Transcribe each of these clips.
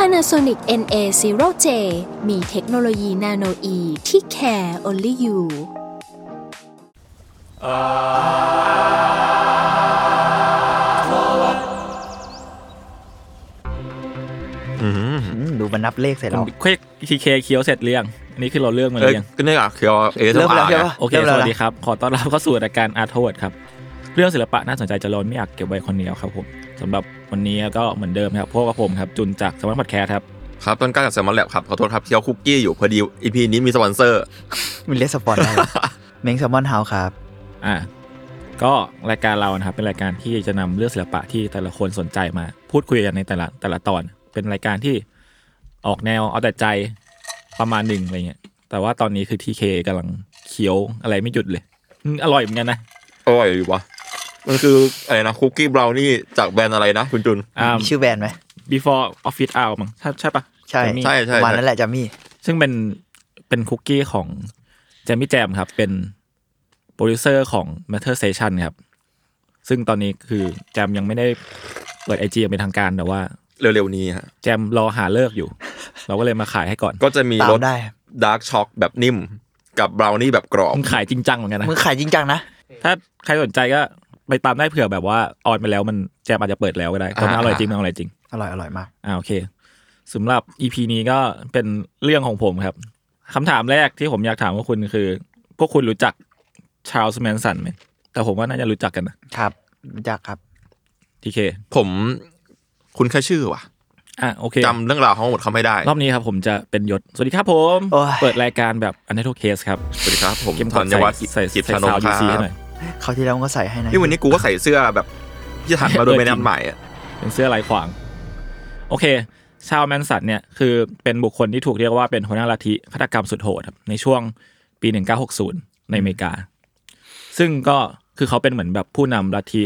Panasonic NA0J มีเทคโนโลยีนาโนอีที่ care only you อืมดูมันนับเลขเสร็จแล้ว เควกทีเคเคี้ยวเสร็จหรือยังอันนี้คือเราเลือกมาห เอ้ รื ย อยัง ก็เนี่ยอ่ะเคียวเอส เริ่มแล้วใช่ปะ โอเค ริ่ม ส แล้ วัส นะ ดีครับ ขอต้อนรับเข้าสู่รายการอาร์ทเวิร์ดครับ เรื่องศิลปะน่าสนใจจะล้นไม่อยากเก็บไว้คนเดียวครับผมสำหรับวันนี้ก็เหมือนเดิมครับพวกกับผมครับ จุนจากสมาร์ทพอดแคสต์ครับ ครับต้นกล้าจากแซมมอนแลบครับ ขอโทษครับเคียวคุกกี้อยู่พอดีอีพีนี้มีสปอนเซอร์ มันเลสปอนได้เมงแซมมอนเฮาครับ อ่าก็รายการเรานะครับเป็นรายการที่จะนำเรื่องศิลปะที่แต่ละคนสนใจมา พูดคุยกันในแต่ละแต่ละตอน เป็นรายการที่ออกแนวเอาแต่ใจประมาณหนึ่งอะไรเงี้ยแต่ว่าตอนนี้คือทีเคกำลังเคี้ยวอะไรไม่หยุดเลยอืมอร่อยเหมือนกันนะ อร่อยดีวะมันคืออะไรนะคุกกี้บราวนี่จากแบรนด์อะไรนะ คุณจุน อ่า มีชื่อแบรนด์ไหม before office hour มั้งใช่ใช่ปะ ใช่ จะมี ใช่ใช่ ประมาณ ใช่ นั้นแหละจะมี ซึ่งเป็นเป็นคุกกี้ของแจมมี่แจมครับ เป็นโปรดิวเซอร์ของ Matter Station ครับ ซึ่งตอนนี้คือแจมยังไม่ได้เปิดไอจีเป็นทางการแต่ว่า เร็วๆนี้ฮะ แจมรอหาเลิกอยู่ เราก็เลยมาขายให้ก่อน ก็จะมี ตาร ม ส ได้ ดาร์กช็อกแบบนิ่ม กับบราวนี่แบบกรอบ มึงขายจริงจังเหมือนกันนะ มึงขายจริงจังนะ ถ้าใครสนใจก็ไปตามได้เผื่อแบบว่าออนไปแล้วมันแจมอาจจะเปิดแล้วก็ได้ตอนนี้ อ่า อร่อยจริงมันอร่อยจริง อร่อยอร่อยมาก อ่าโอเคสำหรับ EP นี้ก็เป็นเรื่องของผมครับคำถามแรกที่ผมอยากถามพวกคุณคือ พวกคุณรู้จักชา l ส m แมนสันไหม แต่ผมว่าน่าจะรู้จักกันนะครับ รู้จักครับ ทีเค ผมคุณแค่ชื่อว่ะ อ่ะโอเค จำเรื่องราวทั้งหมดเขาไม่ได้ รอบนี้ครับผมจะเป็นยศ สวัสดีครับผม โอ้ย เปิดรายการแบบอัน t ท d เคสครับ สวัสดีครับ ผม เข้ม ธั ข้น ญวัฒน์ ใส่ กิ ใส่ จ ใส่ ชานน สาว ท์ค ยู รับ ซีให้หน่อย เขาวที่แล้วมึงก็ใส่ให้นะ นี่วันนี้กูก็ใส่เสื้อแบบที่ถักมาโดยไม่ได้นัดหมายอะ เป็นเสื้อลายขวาง โอเค ชาวแมนสันเนี่ยคือเป็นบุคคลที่ถูกเรียกว่าเป็นหัวหน้าลัทธิฆาตกรรมสุดโหดครับในช่วงปี 1960 ในอเมริกา ซึ่งก็คือเขาเป็นเหมือนแบบผู้นำลัทธิ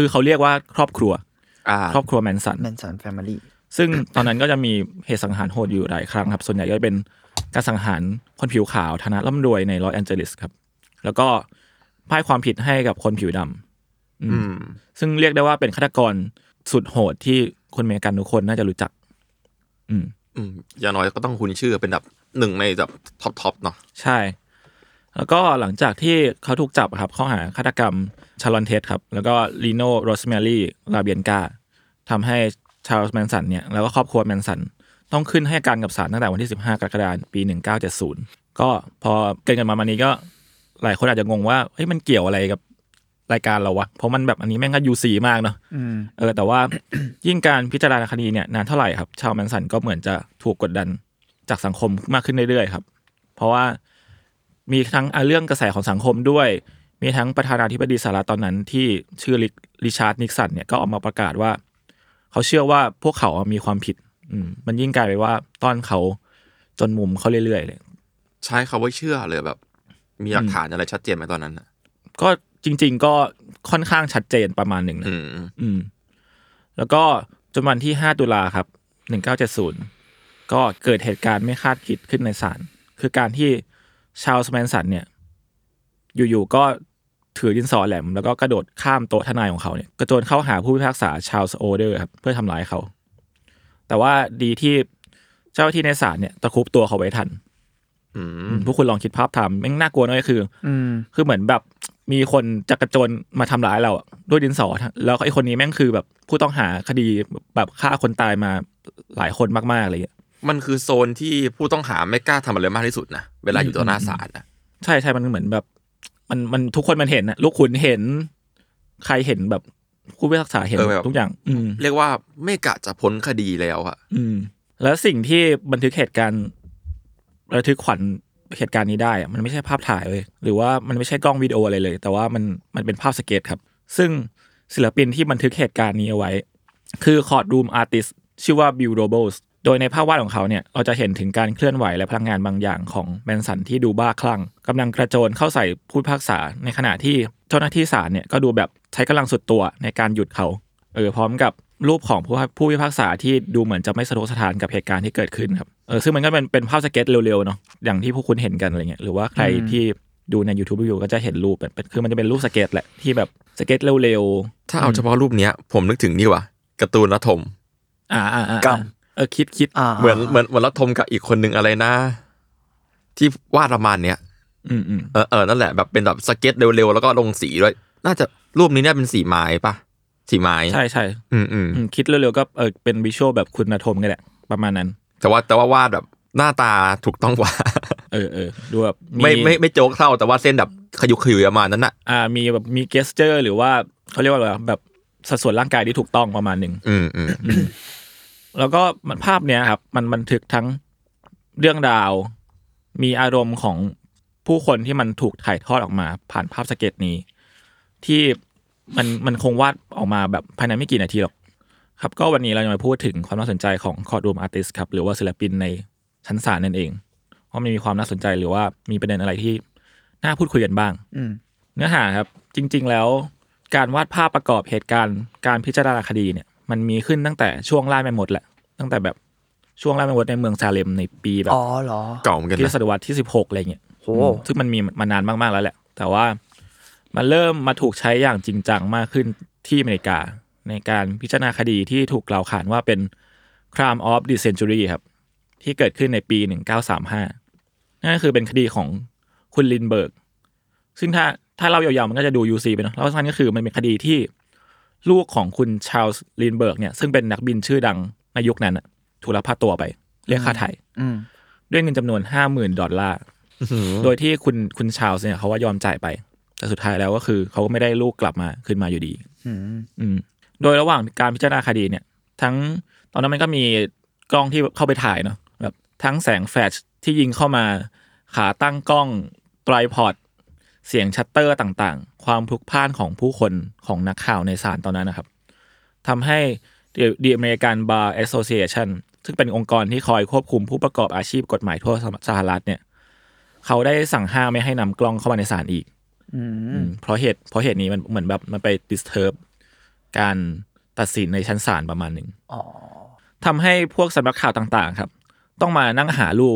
คือเขาเรียกว่าครอบครัว อ่า ครอบครัวแมนสัน แมนสันแฟมิลี่ ซึ่งตอนนั้นก็จะมีเหตุสังหารโหดอยู่หลายครั้งครับ ส่วนใหญ่ก็เป็นการสังหารคนผิวขาวฐานะร่ำรวยในลอสแอนเจลิสครับ แล้วก็พ่ายความผิดให้กับคนผิวดำอืม อืม ซึ่งเรียกได้ว่าเป็นฆาตกรสุดโหดที่คนอเมริกันทุกคนน่าจะรู้จัก อืม อืมอย่างน้อยก็ต้องคุณชื่อเป็นแบบหนึ่งในแบบท็อปท็อปเนาะ ใช่ แล้วก็หลังจากที่เขาถูกจับครับข้อหาฆาตกรรมชาลอนเทสครับ แล้วก็ลีโนโรสแมรี่ลาเบียนกาทำให้ชาลส์แมนสันเนี่ย แล้วก็ครอบครัวแมนสัน ต้องขึ้นให้การกับศาลตั้งแต่วันที่ 15 กรกฎาคมปี 1970 ก็พอเกินกันมามานี้ก็หลายคนอาจจะงงว่าเฮ้ยมันเกี่ยวอะไรกับรายการเราวะ เพราะมันแบบอันนี้แม่งก็ยูซีมากเนาะ อืม เออแต่ว่า ยิ่งการพิจารณาคดีเนี่ยนานเท่าไหร่ครับ ชาวแมนสันก็เหมือนจะถูกกดดันจากสังคมมากขึ้นเรื่อยๆครับ เพราะว่ามีทั้งอ่ะเรื่องกระแสของสังคมด้วย มีทั้งประธานาธิบดีสหรัฐตอนนั้นที่ชื่อริริชาร์ดนิกสันเนี่ยก็ออกมาประกาศว่า เขาเชื่อว่าพวกเขาอ่ะมีความผิด อืมมันยิ่งกลายไปว่าต้อนเขาจนมุมเขาเรื่อยๆเลย ใช้คาว่าเชื่อเลยแบบ มีหลักฐานอะไรชัดเจนไหมตอนนั้นอะ ก็จริง ๆ ก็ค่อนข้างชัดเจนประมาณหนึ่งนะ อืม อืมแล้วก็จนวันที่ 5 ตุลาครับ 1970 ก็เกิดเหตุการณ์ไม่คาดคิดขึ้นในศาล คือการที่ชาวสแมนสันเนี่ย อยู่ๆ ก็ถือดินสอแหลม แล้วก็กระโดดข้ามโต๊ะทนายของเขาเนี่ยกระโจนเข้าหาผู้พิพากษาชาวสโอเดอร์ครับ เพื่อทำร้ายเขา แต่ว่าดีที่เจ้าหน้าที่ในศาลเนี่ยตะครุบตัวเขาไว้ทัน อืม พวกคุณลองคิดภาพตามแม่งน่ากลัวน้อยคือ อืม คือเหมือนแบบมีคนจักรโจรมาทำร้ายเราอะด้วยดินสอทั้งแล้วไอ้คนนี้แม่งคือแบบผู้ต้องหาคดีแบบฆ่าคนตายมาหลายคนมากๆอะไรอย่างเงี้ย มันคือโซนที่ผู้ต้องหาไม่กล้าทำอะไรมากที่สุดนะ เวลาอยู่ต่อหน้าศาลนะ ใช่ใช่มันเหมือนแบบ มันมันทุกคนมันเห็นนะลูกคุณเห็น ใครเห็นแบบผู้พิพากษาเห็นทุกอย่าง อืม เรียกว่าไม่กะจะพ้นคดีแล้วอะ อืมแล้วสิ่งที่บันทึกเหตุการณ์ระทึกขวัญเหตุการณ์นี้ได้อะมันไม่ใช่ภาพถ่ายเลยหรือว่ามันไม่ใช่กล้องวิดีโออะไรเลย แต่ว่ามันมันเป็นภาพสเก็ตครับ ซึ่งศิลปินที่บันทึกเหตุการณ์นี้เอาไว้ คือคอร์ดรูมอาร์ติสชื่อว่าบิลโรโบส โดยในภาพวาดของเขาเนี่ยเราจะเห็นถึงการเคลื่อนไหวและพลังงานบางอย่างของแมนสันที่ดูบ้าคลั่งกำลังกระโจนเข้าใส่ผู้พิพากษา ในขณะที่เจ้าหน้าที่ศาลเนี่ยก็ดูแบบใช้กำลังสุดตัวในการหยุดเขาเออพร้อมกับรูปของผู้ผู้พิพากษาที่ดูเหมือนจะไม่สะทกสถานกับเหตุการณ์ที่เกิดขึ้นครับเออซึ่งมันก็เป็นเป็นภาพสเก็ตเร็วๆเนาะอย่างที่พวกคุณเห็นกันอะไรเงี้ยหรือว่าใครที่ดูใน YouTube อยู่ก็จะเห็นรูปเป็นเป็นคือมันจะเป็นรูปสเก็ตแหละที่แบบสเก็ตเร็วๆ ถ้าเอาเฉพาะรูปเนี้ย ผมนึกถึงนี่ว่ะการ์ตูนรัฐม อ่าอ่าอ่าก รรม เออคิดคิด อ่า เหมือนเหมือนเหมือนรัฐมกับอีกคนหนึ่งอะไรนะ ที่วาดประมาณเนี้ย อืมอืม เออเออนั่นแหละแบบเป็นแบบสเก็ตเร็วๆแล้วก็ลงสีด้วย น่าจะรูปนี้เนี่ยเป็นสีไม้ปะสีไม้ ใช่ใช่ อืมอืม อืมคิดเร็วๆก็เออเป็นวิชวลแบบคุณนาทมกันแหละประมาณนั้น แต่ว่าแต่ว่าวาดแบบหน้าตาถูกต้องกว่า เออเออดูแบบ ไม่ไม่ไม่โจ๊กเท่าแต่ว่าเส้นแบบขยุกขยุยประมาณนั้นน่ะ อ่ามีแบบมีเกสเจอร์ หรือว่าเขาเรียกว่าอะไรวะแบบสัดส่วนร่างกายที่ถูกต้องประมาณหนึ่ง อืมอืม แล้วก็มันภาพเนี้ยครับ มันบันทึกทั้งเรื่องราว มีอารมณ์ของผู้คนที่มันถูกถ่ายทอดออกมา ผ่านภาพสเก็ตนี้ ที่มันมันคงวาดออกมาแบบภายในไม่กี่นาทีหรอก ครับ ก็วันนี้เราจะมาพูดถึงความน่าสนใจของคอร์ดรูมอาร์ติสครับ หรือว่าศิลปินในชั้นศาลนั่นเองว่ามันมีความน่าสนใจหรือว่ามีประเด็นอะไรที่น่าพูดคุยกันบ้าง อืม เนื้อหาครับ จริง ๆ แล้วการวาดภาพประกอบเหตุการณ์การพิจารณาคดีเนี่ย มันมีขึ้นตั้งแต่ช่วงล่าแมมมดแหละ ตั้งแต่แบบช่วงล่าแมมมดในเมืองซาเลมในปีแบบ อ๋อเหรอ เก่าเหมือนกัน ที่ นะ ศตวรรษที่สิบหกอะไรเงี้ย โห อืมซึ่งมันมีมานานมาก ๆ แล้วแหละ แต่ว่ามันเริ่มมาถูกใช้อย่างจริงจังมากขึ้นที่อเมริกา ในการพิจารณาคดีที่ถูกกล่าวขานว่าเป็น Crime of the Century ครับ ที่เกิดขึ้นในปี 1935 นั่นก็คือเป็นคดีของคุณลินเบิร์ก ซึ่งถ้าถ้าเรายาวๆมันก็จะดู UC ไปเนอะแล้วสำคัญก็คือมันเป็นคดีที่ลูกของคุณชาลส์ลินเบิร์กเนี่ย ซึ่งเป็นนักบินชื่อดังในยุคนั้นน่ะถูกลักพาตัวไป เรียกค่าไถ่ อืม ด้วยเงินจำนวน 50,000 ดอลลาร์ อื้อหือ โดยที่คุณคุณชาลส์เนี่ยเขาว่ายอมจ่ายไป แต่สุดท้ายแล้วก็คือเขาก็ไม่ได้ลูกกลับมาขึ้นมาอยู่ดี อืม อืมโดยระหว่างการพิจารณาคดีเนี่ย ทั้งตอนนั้นมันก็มีกล้องที่เข้าไปถ่ายเนาะแบบทั้งแสงแฟลชที่ยิงเข้ามาขาตั้งกล้องไตรพอดเสียงชัตเตอร์ต่างๆ ความพลุกพล่านของผู้คนของนักข่าวในศาลตอนนั้นนะครับทำให้ The American Bar Association ซึ่งเป็นองค์กรที่คอยควบคุมผู้ประกอบอาชีพกฎหมายทั่วสหรัฐเนี่ย เขาได้สั่งห้ามไม่ให้นำกล้องเข้ามาในศาลอีก อื อื ม มเพราะเหตุเพราะเหตุนี้มันเหมือนแบบมันไป disturb การตัดสินในชั้นศาลประมาณหนึ่ง อ๋อ ทำให้พวกสำนักข่าวต่างๆ ครับ ต้องมานั่งหาลู่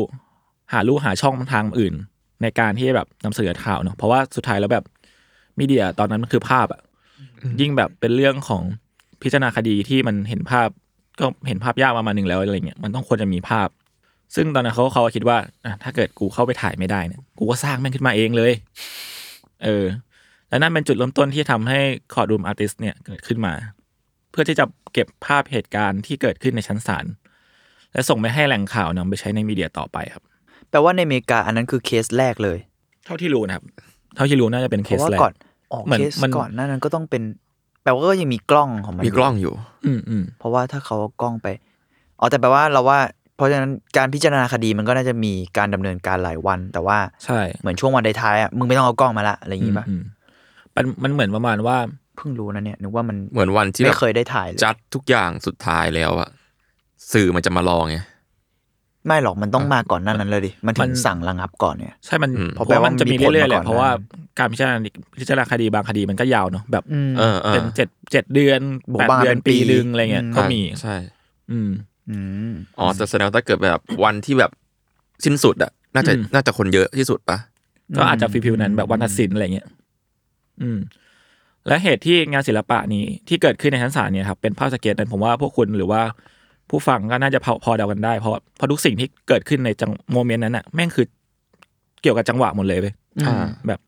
หาลู่หาช่องทางอื่น ในการที่แบบนำเสนอข่าวเนาะเพราะว่าสุดท้ายแล้วแบบมีเดียตอนนั้นมันคือภาพอะยิ่งแบบเป็นเรื่องของพิจารณาคดีที่มันเห็นภาพก็เห็นภาพยากประมาณหนึ่งแล้วอะไรเงี้ยมันต้องควรจะมีภาพ ซึ่งตอนนั้นเขาเขาก็คิดว่าอ่ะถ้าเกิดกูเข้าไปถ่ายไม่ได้เนี่ยกูก็สร้างแม่งขึ้นมาเองเลย เออ และนั่นเป็นจุดเริ่มต้นที่ทำให้คอร์ดูมอาร์ติสเนี่ยเกิดขึ้นมา เพื่อที่จะเก็บภาพเหตุการณ์ที่เกิดขึ้นในชั้นศาลและส่งไปให้แหล่งข่าวนำไปใช้ในมีเดียต่อไปครับ แปลว่าในอเมริกาอันนั้นคือเคสแรกเลย เท่าที่รู้นะครับ เท่าที่รู้น่าจะเป็น เพ เค ราะ ส ว่า แร ก่อก นออก เหมือน เคส มัน ก่อนหนานั้นก็ต้องเป็น แปลว่าก็ยังมีกล้องของมัน มี ยู่ กล้องอยู่ อืมอืม เพราะว่าถ้าเขาเอากล้องไป อ๋อแต่แปลว่าเราว่า เพราะฉะนั้นการพิจารณาคดีมันก็น่าจะมีการดำเนินการหลายวัน แต่ว่า ใช่ เหมือนช่วงวันท้ายๆอ่ะมึงไม่ต้องเอากล้องมาละอะไรอย่างงี้ป่ะ อืมอืมมันมันเหมือนประมาณว่า เพิ่งรู้นะเนี่ยนึกว่ามัน เหมือนวันที่แบ ไม่ บ เคยได้ถ่ายเลย จัดทุกอย่างสุดท้ายแล้วอะสื่อมันจะมารอไง ไม่หรอกมันต้องมาก่อนหนั้นนั้นเลยดิมัน มั ถึง น สั่งระงับก่อนเนี่ย ใช่มัน อืม เพราะว่ามันจะมีเรื่อยๆแหละ เพ เพ ราะ ราะ ว่า ว่า มันมีผลมาก่อนนะ การพิจารณาพิจารณาคดีบางคดีมันก็ยาวเนาะแบบ อืม เออเออ เป็นเจ็ดเจ็ดเดือน โอ้โห แปด บ้า เดือน เป็นปี ปีหนึ่งอะไรเงี้ยก็มี ใช่ อืม อืม อ๋อแต่แสดงว่าถ้าเกิดแบบวันที่แบบสิ้นสุดอะน่าจะ อืม น่าจะคนเยอะที่สุดปะ ก็อาจจะฟิลฟิลนั้นแบบวันตัดสินอะไรเงี้ย อืม และเหตุที่งานศิลปะนี้ที่เกิดขึ้นในชั้นศาลเนี่ยครับเป็นภาพสเก็ตนั้นผมว่าพวกคุณหรือว่าผู้ฟังก็น่าจะพอพอเดากันได้เพราะเพราะทุกสิ่งที่เกิดขึ้นในจังโมเมนต์นั้นน่ะแม่งคือเกี่ยวกับจังหวะหมดเลยเว้ย อ่า แบบ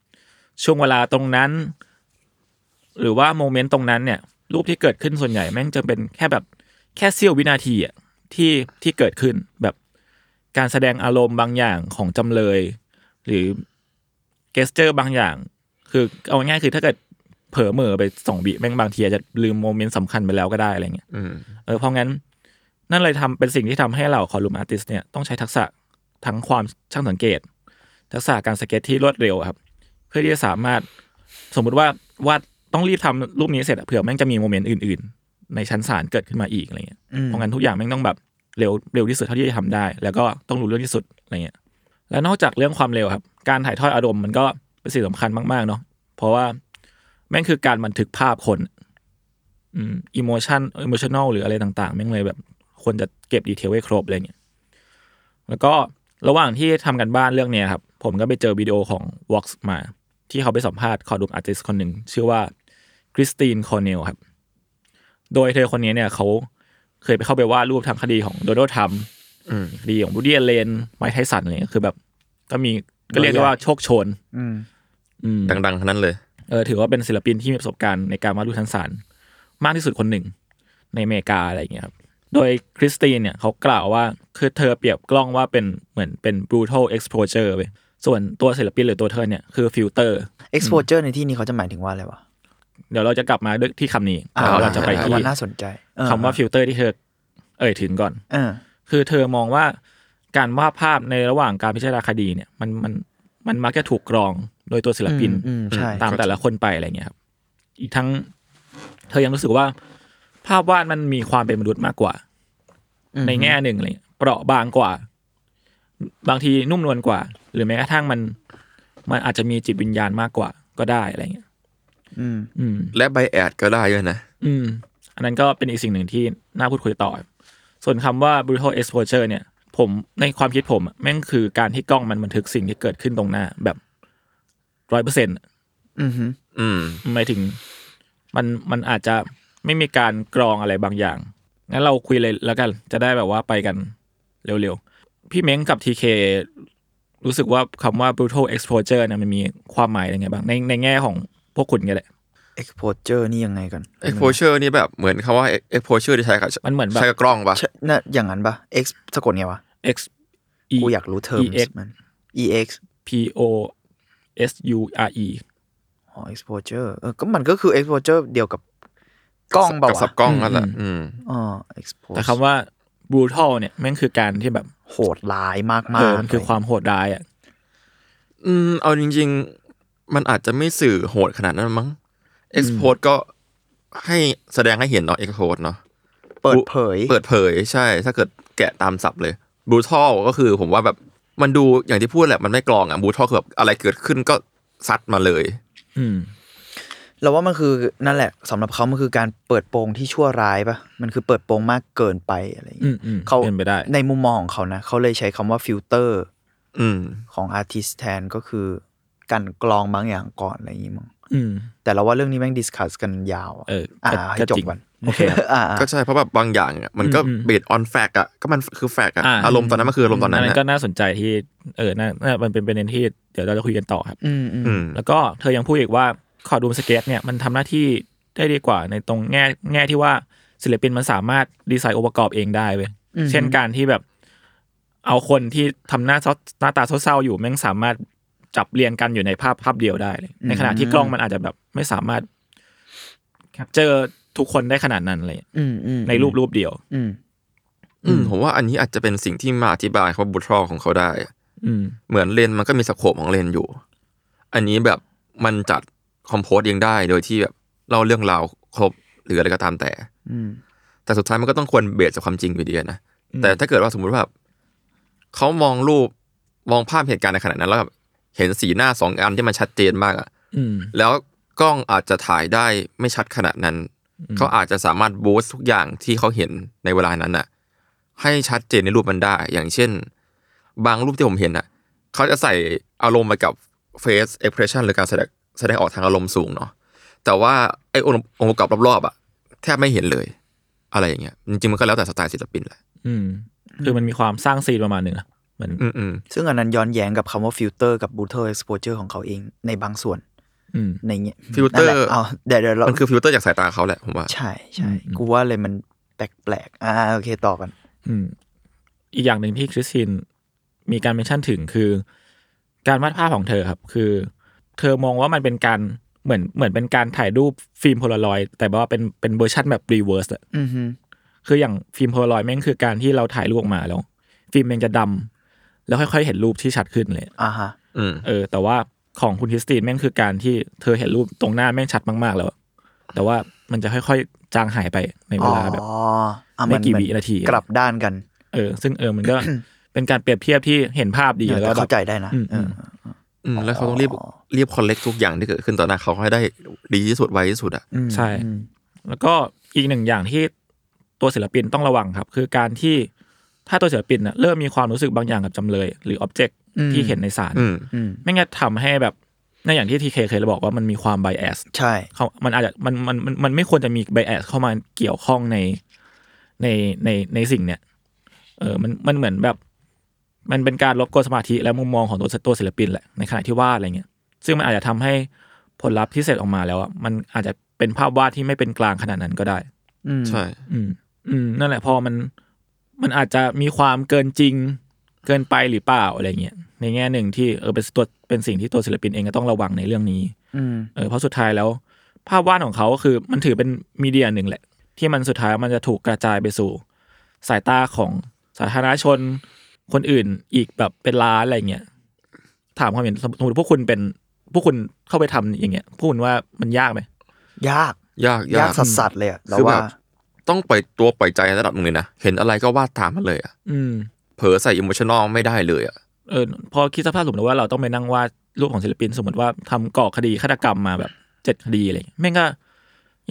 ช่วงเวลาตรงนั้น หรือว่าโมเมนต์ตรงนั้นเนี่ย รูปที่เกิดขึ้นส่วนใหญ่แม่งจะเป็นแค่แบบแค่เสี้ยววินาทีอะที่ที่เกิดขึ้นแบบการแสดงอารมณ์บางอย่างของจำเลย หรือเกสเจอร์บางอย่าง คือเอาง่ายๆคือถ้าเกิดเผลอเหม่อไปสองบิแม่งบางทีอาจจะลืมโมเมนต์สำคัญไปแล้วก็ได้อะไรเงี้ย อืม เออเพราะงั้นนั่นเลยทำเป็นสิ่งที่ทำให้เราคอลูมอาร์ติสเนี่ยต้องใช้ทักษะทั้งความช่างสังเกต ทักษะการสเก็ตที่รวดเร็วอะครับ เพื่อที่จะสามารถสมมุติว่าวาดต้องรีบทำรูปนี้เสร็จอะเผื่อแม่งจะมีโมเมนต์อื่น ๆ ในชั้นศาลเกิดขึ้นมาอีกอะไรเงี้ย อืม เพราะงั้นทุกอย่างแม่งต้องแบบ เร็วเร็วที่สุดเท่าที่จะทำได้ แล้วก็ต้องรู้เรื่องที่สุดอะไรเงี้ยและนอกจากเรื่องความเร็วครับ การถ่ายทอดอารมณ์มันก็เป็นสิ่งสำคัญมากๆเนาะเพราะว่าแม่งคือการบันทึกภาพคนอืมอิโมชันอิโมชันแนลหรืออะไรต่างๆแม่งเลยแบบควรจะเก็บดีเทลไว้ครบอะไรเงี้ย แล้วก็ระหว่างที่ทำกันบ้านเรื่องเนี้ยครับ ผมก็ไปเจอวิดีโอของ w o x มา ที่เขาไปสัมภาษณ์คอดูมอาร์ติสคนหนึ่ง ชื่อว่าคริสตินคอเนลครับ โดยเธอคนนี้เนี่ยเขาเคยไปเข้าไปวาดรูปทางคดีของโดนัลด์ทรัมป์ อืม คดีของบูดี้เลนไมค์ไทสันอะไรเงี้ยคือแบบ ก็มีก็เรียกได้ว่าโชคโชน อืม อืม ดังๆทั้งนั้นเลย เออถือว่าเป็นศิลปินที่มีประสบการณ์ในการวาดรูปทางสารมากที่สุดคนหนึ่ง ในอเมริกาอะไรอย่างเงี้ยครับ โดยคริสตินเนี่ยเขากล่าวว่าคือเธอเปรียบกล้องว่าเป็นเหมือนเป็น brutal exposure ไปส่วนตัวศิลปินหรือตัวเธอเนี่ยคือฟิลเตอร์ exposure ในที่นี้เขาจะหมายถึงว่าอะไรวะ เดี๋ยวเราจะกลับมาด้วยที่คำนี้ อ่ เดี๋ยวเราจะไป อ่ ที่ วันน่าสนใจเออ คำว่าฟิลเตอร์ที่เธอเอ่ยถึงก่อน เออ คือเธอมองว่าการวาดภาพในระหว่างการพิจารณาคดีเนี่ยมันมันมันมักจะถูกกรองโดยตัวศิลปิน อืมอืมใช่ ตามแต่ละคนไปอะไรเงี้ยครับ อีกทั้ง เธอยังรู้สึกว่า ภาพวาดมันมีความเป็นมนุษย์มากกว่า อืม ในแง่หนึ่งอะไรเงี้ยเปราะบางกว่า บางทีนุ่มนวลกว่า หรือแม้กระทั่งมัน มันอาจจะมีจิตวิญญาณมากกว่าก็ได้อะไรเงี้ย อืม อืม และไบแอดก็ได้ด้วยนะ อืม อันนั้นก็เป็นอีกสิ่งหนึ่งที่น่าพูดคุยต่อ ส่วนคำว่า brutal exposure เนี่ย ผมในความคิดผมอะแม่งคือการที่กล้องมันบันทึกสิ่งที่เกิดขึ้นตรงหน้าแบบร้อยเปอร์เซ็นต์ อืมฮึ อืม หมายถึงมันมันอาจจะไม่มีการกรองอะไรบางอย่าง งั้นเราคุยเลยแล้วกัน จะได้แบบว่าไปกันเร็วๆ พี่เม้งกับทีเครู้สึกว่าคำว่า brutal exposure เนี่ยมันมีความหมายยังไงบ้าง ในในแง่ของพวกคุณก็แหละ exposure นี่ยังไงกัน exposure นี่แบบเหมือนคำว่า exposure ที่ใช้กับ มันเหมือนแบบ ใช้กับกล้องปะ ใช่น่ะอย่างนั้นปะ x สะกดไงวะ ex e กูอยากรู้เทอม ex มัน ex p o s u r e อ๋อ exposure เออก็มันก็คือ exposure เดียวกับกล้องเปล่า กับสับ วะ กล้องนั่นแหละอืม อ๋อ exposure แต่คำว่า brutal เนี่ยแม่งคือการที่แบบ โหดร้ายมาก เออ ๆ มันคือความโหดร้ายอ่ะ อืม เอาจริง ๆ มันอาจจะไม่สื่อโหดขนาดนั้นมั้ง expose ก็ให้แสดงให้เห็นเนาะ expose เนาะ เปิดเผย เปิดเผยใช่ ถ้าเกิดแกะตามศัพท์เลย brutal ก็คือผมว่าแบบมันดูอย่างที่พูดแหละ มันไม่กลองอ่ะ brutal คือแบบอะไรเกิดขึ้นก็ซัดมาเลย อืม เราว่ามันคือนั่นแหละสำหรับเขามันคือการเปิดโปงที่ชั่วร้ายปะมันคือเปิดโปงมากเกินไปอะไรอย่างเงี้ย อืมอืม เขา เป็นไปได้ ในมุมมองของเขานะ เขาเลยใช้คำว่าฟิลเตอร์ อืม ของอาร์ติสแทนก็คือการกรองบางอย่างก่อนอะไรอย่างงี้มั้ง อืม แต่เราว่าเรื่องนี้แม่งดิสคัสกันยาวอะ เออ อ่า ก็ ให้ ก็ จบ จริง กัน โอเคครับ อ่าอ่า ก็ใช่ เพราะแบบบางอย่างอะมันก็ อืมอืม เบสออนแฟกอ่ะ ก็มันคือแฟกอ่ะ อ่า อารมณ์ตอนนั้นมันคืออารมณ์ตอนนั้น อัน อะ นั้นก็น่าสนใจที่เออน่าน่ามันเป็นประเด็นที่เดี๋ยวเราจะคุยกันต่อครับ อืมอืม อืม แล้วก็เธอยังพูดอีกว่าคอดูมสเก็ตเนี่ยมันทำหน้าที่ได้ดีกว่าในตรงแง่แง่ที่ว่าศิลปินมันสามารถดีไซน์องค์ประกอบเองได้เว้ยเช่นการที่แบบเอาคนที่ทำหน้าเศร้าหน้าตาเศร้าๆอยู่แม่งสามารถจับเรียงกันอยู่ในภาพภาพเดียวได้เลยในขณะที่กล้องมันอาจจะแบบไม่สามารถแคปเจอร์ทุกคนได้ขนาดนั้นเลย อืมอืม ในรูปรูปเดียว อืม อืมผมว่าอันนี้อาจจะเป็นสิ่งที่มาอธิบายคำว่าบูทรอของเขาได้ อืม เหมือนเลนส์มันก็มีสโคปของเลนส์อยู่ อันนี้แบบมันจัดคอมโพสเองได้โดยที่แบบเล่าเรื่องราวครบหรืออะไรก็ตามแต่ อืม แต่สุดท้ายมันก็ต้องควรเบสจากความจริงอยู่ดีอะนะแต่ถ้าเกิดว่าสมมุติว่าแบบเขามองรูปมองภาพเหตุการณ์ในขณะนั้นแล้วแบบเห็นสีหน้าสองอันที่มันชัดเจนมากอะ อืม แล้วกล้องอาจจะถ่ายได้ไม่ชัดขนาดนั้น เขาอาจจะสามารถบูสต์ทุกอย่างที่เขาเห็นในเวลานั้นน่ะ ให้ชัดเจนในรูปมันได้ อย่างเช่น บางรูปที่ผมเห็นน่ะ เขาจะใส่อารมณ์ไปกับ face expression หรือการแสดงแสดงออกทางอารมณ์สูงเนาะแต่ว่าไอ้องค์องค์ประกอบรอบๆอ่ะแทบไม่เห็นเลย อะไรอย่างเงี้ยจริงๆมันก็แล้วแต่สไตล์ศิลปินแหละ อืม คือมันมีความสร้างซีนประมาณหนึ่งนะเหมือน อืมอืม ซึ่งอันนั้นย้อนแย้งกับคำว่าฟิลเตอร์กับบูเทอร์เอ็กซ์โพเจอร์ของเขาเองในบางส่วน อืม ในเงี้ย ฟิลเตอ นั่น ร์ แหละเอาเดี๋ยวเดี๋ยวเรา มันคือฟิลเตอร์จากสายตาเขาแหละผมว่า ใช่ใช่ อืม กูว่าเลยมันแปลกๆอ่าโอเคต่อกัน อืมอีกอย่างหนึ่งที่คริสตินมีการเมนชั่นถึงคือ การวาดภาพของเธอครับ คือ เธอมองว่ามันเป็นการเหมือนเหมือนเป็นการถ่ายรูปฟิล์มโพลารอยด์แต่ว่าเป็นเป็นเวอร์ชั่นแบบรีเวิร์สอะ อือฮึ คืออย่างฟิล์มโพลารอยด์แม่งคือการที่เราถ่ายรูปออกมาแล้ว ฟิล์มมันจะดำแล้วค่อยๆเห็นรูปที่ชัดขึ้นเลย อ่าฮะ อืม เออ แต่ว่าของคุณคริสตินแม่งคือการที่เธอเห็นรูปตรงหน้าแม่งชัดมากๆแล้วอะแต่ว่ามันจะค่อยๆจางหายไปในเวลาแบบ อ๋ออ่ะ ไม่กี่ น วินาที กลับด้านกัน เออ ซึ่งเออ มันก็ เป็นการเปรียบเทียบที่เห็นภาพดี เออ แล้ว เข้า แบบ ใจได้นะ อืม เออ อืมแล้วเขาต้องรีบ อ๋อ รีบคอลเลกทุกอย่างที่เกิดขึ้นต่อหน้าเขาให้ได้ดีที่สุดไวที่สุดอ่ะ อืม ใช่ อืม แล้วก็อีกหนึ่งอย่างที่ตัวศิลปินต้องระวังครับ คือการที่ถ้าตัวศิลปินน่ะเริ่มมีความรู้สึกบางอย่างกับจำเลย หรืออ็อบเจกต์ที่เห็นในศาล อืม อืม ไม่งั้นทำให้แบบในอย่างที่ทีเคเคยบอกว่ามันมีความไบแอส ใช่ เขามันอาจจะมันมันมันมันไม่ควรจะมีไบแอสเข้ามาเกี่ยวข้องในในในในสิ่งเนี่ย เออ มันมันเหมือนแบบ มันเป็นการลบกวนสมาธิและมุมมองของตัวตัวศิลปินแหละในขณะที่วาดอะไรเงี้ย ซึ่งมันอาจจะทำให้ผลลัพธ์ที่เสร็จออกมาแล้วอะมันอาจจะเป็นภาพวาดที่ไม่เป็นกลางขนาดนั้นก็ได้ อืม ใช่ อืม อืม นั่นแหละพอมันมันอาจจะมีความเกินจริง เกินไปหรือเปล่าอะไรเงี้ยในแง่หนึ่งที่เออเป็นตัวเป็นสิ่งที่ตัวศิลปินเองก็ต้องระวังในเรื่องนี้ อืม เออเพราะสุดท้ายแล้ว ภาพวาดของเขาก็คือมันถือเป็นมีเดียหนึ่งแหละ ที่มันสุดท้ายมันจะถูกกระจายไปสู่ สายตาของสาธารณชนคนอื่นอีกแบบเป็นล้านอะไรเงี้ยถามความเห็นสมมติพวกคุณเป็นพวกคุณเข้าไปทำอย่างเงี้ยพวกคุณว่ามันยากไหม ยาก ยากยาย าก กสัสสัสๆเลยอะเรา คือแบ ว่า บต้องปล่อยตัวปล่อยใจระดับหนึ่งเลยนะ เห็นอะไรก็วาดตามมันเลยอ่ะ อืม เผลอใส่อิโมชันอลไม่ได้เลยอ่ะ เออพอคิดสภาพสมมติว่าเราต้องไปนั่งวาดรูปของศิลปิน สมมติว่าทำก่อคดีฆาตกรรมมาแบบเจ็ดคดีอะไรเงี้ยแม่งก็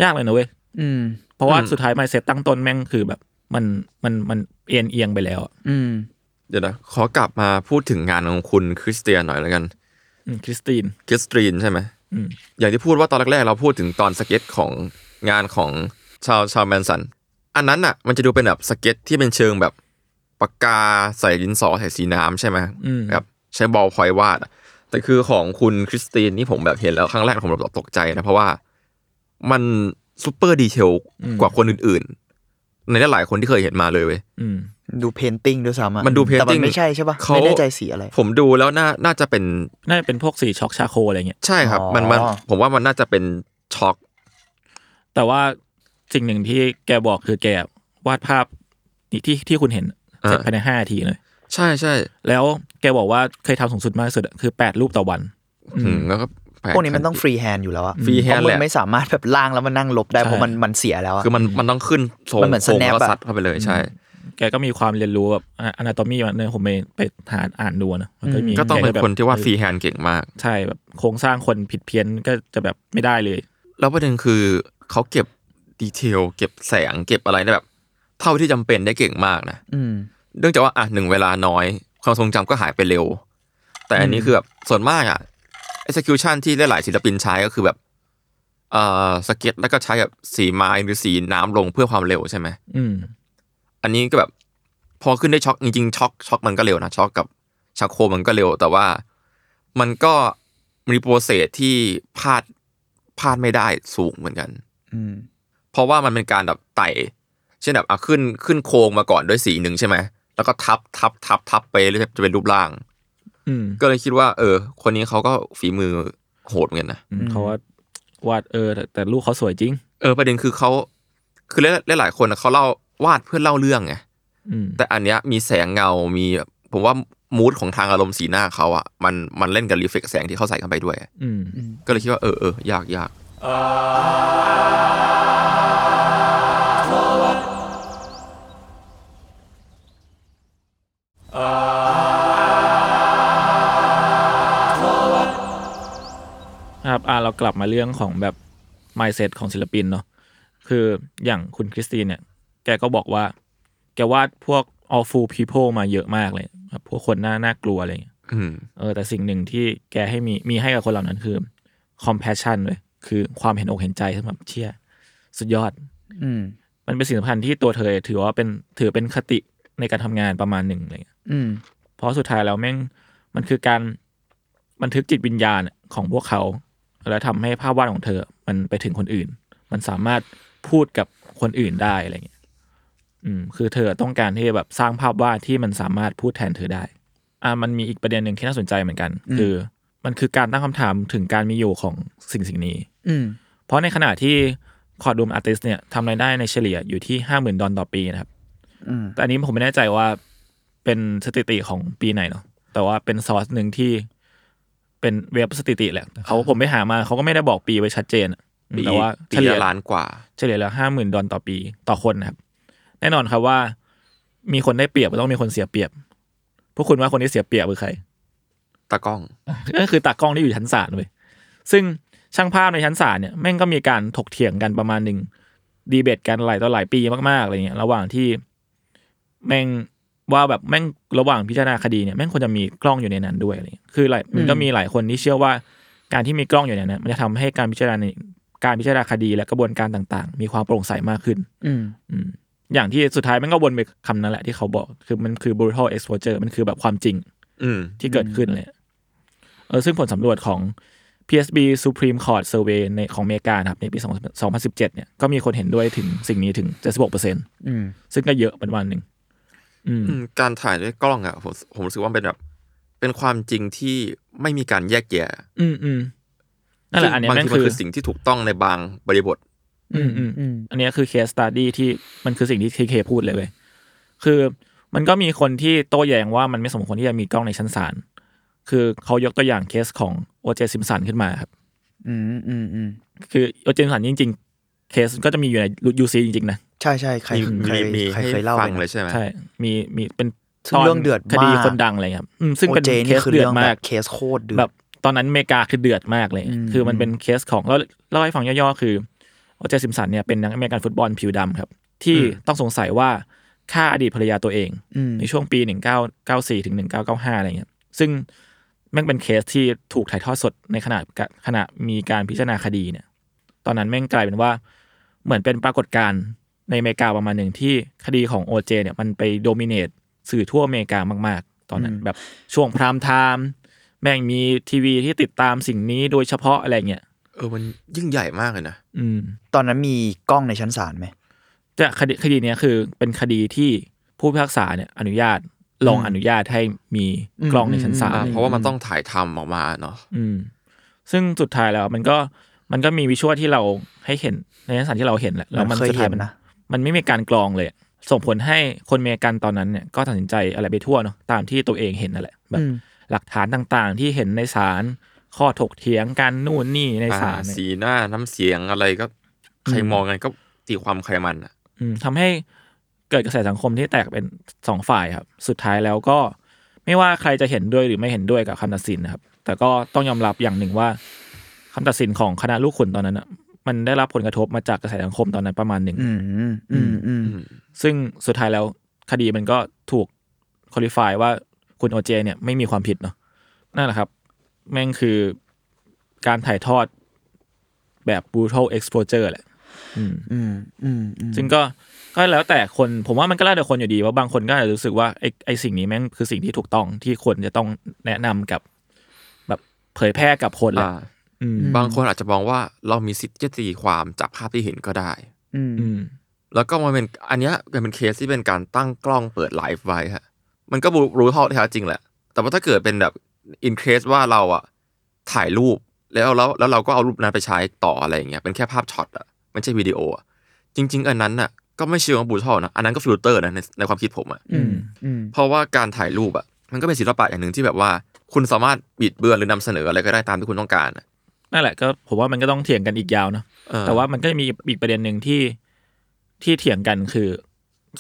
ยากเลยนะเว้ย อืม เพราะว่า อืม สุดท้ายไมเซ็ตตั้งต้นแม่งคือแบบมันมันมันเอียงเอียงไปแล้วอะ อืม เดี๋ยวนะ ขอกลับมาพูดถึงงานของคุณคริสเตียนหน่อยแล้วกัน อืมคริสติน คริสตรีนใช่ไหม อืม อย่างที่พูดว่าตอนแรกๆ เราพูดถึงตอนสเก็ตของงานของชาวชาวแมนสัน อันนั้นอ่ะ มันจะดูเป็นแบบสเก็ตที่เป็นเชิงแบบปากกาใส่ดินสอใส่สีน้ำใช่ไหม อืม แบบใช้บอลพอยวาดอะแต่คือของคุณคริสตีนนี่ผมแบบเห็นแล้วครั้งแรกผมแบบตกใจนะ เพราะว่ามันซูเปอร์ดีเทลกว่าคนอื่นๆ ในหลายๆคนที่เคยเห็นมาเลยเว้ย อืม ดูเพนติ้งด้วยซ้ำอะ มันดูเพน แต่มั ติ้ น ง ไม่ใช่ใช่ปะ เขา ไม่แน่ใจสีอะไร ผมดูแล้วน่าน่าจะเป็น น่าจะเป็นพวกสีช็อกชาโคอะไรเงี้ย ใช่ครับ อ๋อ มันมันผมว่ามันน่าจะเป็นช็อก แต่ว่าสิ่งหนึ่งที่แกบอกคือแกวาดภาพนี่ที่ที่คุณเห็น อ่า เสร็จภายในห้านาทีเลย ใช่ใช่ แล้วแกบอกว่าเคยทำสูงสุดมากที่สุดอะคือแปดรูปต่อวัน อืม อืมแล้วก็แปล พวกนี้มันต้องฟรีแฮนด์อยู่แล้วอะ free เพ hand ราะมึ แห ง ละ ไม่สามารถแบบล่างแล้วมันนั่งลบได้ ใช่ เพราะมันมันเสียแล้วอะ คือมันมันต้องขึ้นโซง มันเหมือน โครง snap แล้วก็ อะ ซัดเข้าไปเลยใช่ แกก็มีความเรียนรู้แบบอนาโตมีมาเนี่ยผมไปไปหาอ่านดูนะมันก็มี ก็ต้องเป็น แก็แบบ คนที่วาดฟรีแฮนด์เก่งมาก ใช่แบบโครงสร้างคนผิดเพี้ยนก็จะแบบไม่ได้เลย แล้วประเด็นคือเขาเก็บดีเทลเก็บแสงเก็บอะไรได้แบบ เท่าที่จำเป็นได้เก่งมากนะ อืม เนื่องจากว่าอ่ะหนึ่งเวลาน้อย ความทรงจำก็หายไปเร็ว แต่อันนี้คือแบบส่วนมากอ่ะ execution ที่หลายๆศิลปินใช้ก็คือแบบเอ่อสเก็ตแล้วก็ใช้แบบสีไม้หรือสีน้ำลงเพื่อความเร็วใช่ไหม อืม อันนี้ก็แบบพอขึ้นได้ช็อกจริงๆช็อกช็อกมันก็เร็วนะช็อกกับชักโครกมันก็เร็ว แต่ว่ามันก็มีโปรเซสที่พลาดพลาดไม่ได้สูงเหมือนกัน อืม เพราะว่ามันเป็นการแบบไต่ เช่นแบบอ่ะขึ้นขึ้นโครงมาก่อนด้วยสีหนึ่งใช่ไหมแล้วก็ทับทับทับทับไปเรื่อยๆจะเป็นรูปร่าง อืม ก็เลยคิดว่า เออ คนนี้เขาก็ฝีมือโหดเหมือนกันนะ อืมเขาว่าวาดเออแต่แต่รูปเขาสวยจริง เออประเด็นคือเขาคือหลายๆคนอะเขาเล่าวาดเพื่อเล่าเรื่องไง อืม แต่อันเนี้ยมีแสงเงา มีแบบผมว่ามูดของทางอารมณ์สีหน้าเขาอ่ะ มันมันเล่นกับรีเฟกแสงที่เขาใส่เข้าไปด้วย อืม ก็เลยคิดว่าเออเออยากยาก ครับอ่าเรากลับมาเรื่องของแบบ mindset ของศิลปินเนาะคืออย่างคุณคริสตินเนี่ย แกก็บอกว่า แกวาดพวก awful people มาเยอะมากเลยครับพวกคนน่าน่ากลัวอะไรอย่างเงี้ย อืม เออแต่สิ่งหนึ่งที่แกให้มีมีให้กับคนเหล่านั้นคือ compassion เลยคือความเห็นอกเห็นใจสำหรับเชี่ยสุดยอด อืม มันเป็นสิ่งสำคัญที่ตัวเธอถือว่าเป็นถือเป็นคติในการทำงานประมาณหนึ่งอะไรเงี้ย อืม เพราะสุดท้ายแล้วแม่งมันคือการบันทึกจิตวิญญาณของพวกเขา แล้วทำให้ภาพวาดของเธอ มันไปถึงคนอื่น มันสามารถพูดกับคนอื่นได้อะไรเงี้ยอืม คือเธอต้องการที่จะแบบสร้างภาพวาดที่มันสามารถพูดแทนเธอได้ อ่ามันมีอีกประเด็นหนึ่งที่น่าสนใจเหมือนกัน คือมันคือการตั้งคำถามถึงการมีอยู่ของสิ่งสิ่งนี้ อืม เพราะในขณะที่คอร์ดูมอาร์ติสเนี่ยทำรายได้ในเฉลี่ยอยู่ที่ห้าหมื่นดอลลาร์ต่อปีนะครับ อืม แต่อันนี้ผมไม่แน่ใจว่าเป็นสถิติของปีไหนเนาะแต่ว่าเป็นซอร์สหนึ่งที่เป็นเว็บสถิติแหละเขาผมไปหามาเขาก็ไม่ได้บอกปีไว้ชัดเจนอะ ปี แต่ว่า ปี เฉลี่ย ละล้านกว่า เฉลี่ยแล้วห้าหมื่นดอลลาร์ต่อปีต่อคนนะครับ แน่นอนครับว่า มีคนได้เปรียบก็ต้องมีคนเสียเปรียบ พวกคุณว่าคนที่เสียเปรียบคือใคร ตากล้อง ก็คือตากล้องที่อยู่ชั้นศาลเว้ยซึ่งช่างภาพในชั้นศาลเนี่ยแม่งก็มีการถกเถียงกันประมาณหนึ่งดีเบตกันหลายต่อหลายปีมากๆอะไรเงี้ยระหว่างที่แม่งว่าแบบแม่งระหว่างพิจารณาคดีเนี่ยแม่งควรจะมีกล้องอยู่ในนั้นด้วยอะไรเงี้ยคือหลายมันก็มีหลายคนที่เชื่อว่าการที่มีกล้องอยู่ในนั้นมันจะทำให้การพิจารณาในการพิจารณาคดีและกระบวนการต่าง ๆ มีความโปร่งใสมากขึ้น อืม อืมอย่างที่สุดท้ายมันก็วนไปคำนั้นแหละที่เขาบอกคือมันคือ brutal exposure มันคือแบบความจริง อืม ที่เกิดขึ้นเลย เออซึ่งผลสำรวจของ PSB Supreme Court Survey ในของอเมริกานะครับ ในปี2017 เนี่ยก็มีคนเห็นด้วยถึงสิ่งนี้ถึง 76% อืม ซึ่งก็เยอะเป็นวันหนึ่ง อืม อืมการถ่ายด้วยกล้องอะผมผมรู้สึกว่าเป็นแบบ เป็นความจริงที่ไม่มีการแยกแยะ อืมอืมนั่นแหละอันเนี้ย บาง แม่ง ทีมัน คือ คือสิ่งที่ถูกต้องในบางบริบท อืมอืม อืม อันเนี้ยคือ case study ที่มันคือสิ่งที่ทีเคพูดเลยเว้ยคือมันก็มีคนที่โต้แย้งว่ามันไม่สมควรที่จะมีกล้องในชั้นศาลคือเขายกตัวอย่างเคสของโอเจซิมสันขึ้นมาครับ อืมอืมอืม คือโอเจนสันจริง ๆ เคสก็จะมีอยู่ในยูซีจริง ๆ นะ ใช่ใช่ใคร มี ใคร มีมี ใคร ให้ เคยเล่า ฟัง ไปนะ เลยใช่ไหม ใช่ มีมีเป็น ซึ่งเรื่องเดือด คดี มาก คนดังอะไรครับอืมซึ่ง โอ เป็น เจ เค นี่ ส คือ เดือ เรื่ ด อง มา แบ ก บเคสโคตรเดือ แบ ด บตอนนั้นอเมริกาคือเดือดมากเลย อืม คือมันเป็นเคสของเราเล่าให้ฟังย่อๆ คือโอเจซิมสันเนี่ยเป็นนักอเมริกันฟุตบอลผิวดำครับ ที่ต้องสงสัยว่าฆ่าอดีตภรรยาตัวเอง อืม ในช่วงปี 1994 ถึง 1995 อะไรเงี้ย ซึ่งแม่งเป็นเคสที่ถูกถ่ายทอดสดในขณะกะขณะมีการพิจารณาคดีเนี่ย ตอนนั้นแม่งกลายเป็นว่าเหมือนเป็นปรากฏการณ์ในอเมริกาประมาณหนึ่งที่คดีของโอเจเนี่ยมันไปโดมิเนตสื่อทั่วอเมริกามากๆ ตอนนั้นแบบช่วงพรามไทม์แม่งมีทีวีที่ติดตามสิ่งนี้โดยเฉพาะอะไรเงี้ย เออมันยิ่งใหญ่มากเลยนะ อืม ตอนนั้นมีกล้องในชั้นศาลไหม แต่คดีคดีเนี้ยคือเป็นคดีที่ผู้พิพากษาเนี่ยอนุญาตลองอนุญาตให้มีกล้องในชั้นศาล อ่า อะไร เพ เงี้ย ราะว่ามันต้องถ่ายทำออกมาเนาะ อืมซึ่งสุดท้ายแล้วมันก็มันก็มีวิชวลที่เราให้เห็นในสถานที่เราเห็นแหละแล้วมัมันนเคย สุดท้าย เห็น มัน นะ มันไม่มีการกรองเลยอะส่งผลให้คนอเมริกันตอนนั้นเนี่ยก็ตัดสินใจอะไรไปทั่วเนาะตามที่ตัวเองเห็นนั่นแหละแบบหลักฐานต่างๆ ที่เห็นในศาลข้อถกเถียงการนู่นนี่ในศา อ่า ลเนี่ย สีหน้าน้ำเสียงอะไรก็ ใครมองกันก็ตีความใครมันอ่ะ อืมทำให้เกิดกระแสสังคมที่แตกเป็นสองฝ่ายครับ สุดท้ายแล้วก็ไม่ว่าใครจะเห็นด้วยหรือไม่เห็นด้วยกับคำตัดสินนะครับ แต่ก็ต้องยอมรับอย่างหนึ่งว่าคำตัดสินของคณะลูกขุนตอนนั้นน่ะมันได้รับผลกระทบมาจากกระแสสังคมตอนนั้นประมาณหนึ่ง อืมอืมอืมอืม ซึ่งสุดท้ายแล้วคดีมันก็ถูกค u a l i f y ว่าคุณโอเจเนี่ยไม่มีความผิดเนาะนั่นแหละครับ แม่งคือการถ่ายทอดแบบ brutal exposure แหละ อืมอืมอืม ซึ่งก็ก็แล้วแต่คนผมว่ามันก็แล้วแต่คนอยู่ดีว่าบางคนก็อาจจะรู้สึกว่าไอ้ไอ้สิ่งนี้แม่งคือสิ่งที่ถูกต้องที่ควรจะต้องแนะนำกับแบบเผยแพร่กับคนแหละ อ่า อืม บางคนอาจจะมองว่าเรามีสิทธิ์จะตีความจากภาพที่เห็นก็ได้ อืม อืม แล้วก็มันเป็นอันเนี้ยมันเป็นเคสที่เป็นการตั้งกล้องเปิดไลฟ์ไว้ฮะมันก็รู้รู้เท่าแท้จริงแหละ แต่ว่าถ้าเกิดเป็นแบบอินเคสว่าเราอะถ่ายรูปแล้วแล้วแล้วเราก็เอารูปนั้นไปใช้ต่ออะไรอย่างเงี้ยเป็นแค่ภาพช็อตอะไม่ใช่วิดีโออะจริง ๆ อันนั้นอะก็ไม่เชิงว่าบูทอลนะอันนั้นก็ฟิลเตอร์นะในในความคิดผมอะ อืมอืม เพราะว่าการถ่ายรูปอ่ะมันก็เป็นศิลปะอย่างหนึ่งที่แบบว่า คุณสามารถบิดเบือนหรือนำเสนออะไรก็ได้ตามที่คุณต้องการอะ นั่นแหละก็ผมว่ามันก็ต้องเถียงกันอีกยาวเนาะ เออ แต่ว่ามันก็มีอีกประเด็นหนึ่งที่ที่เถียงกันคือ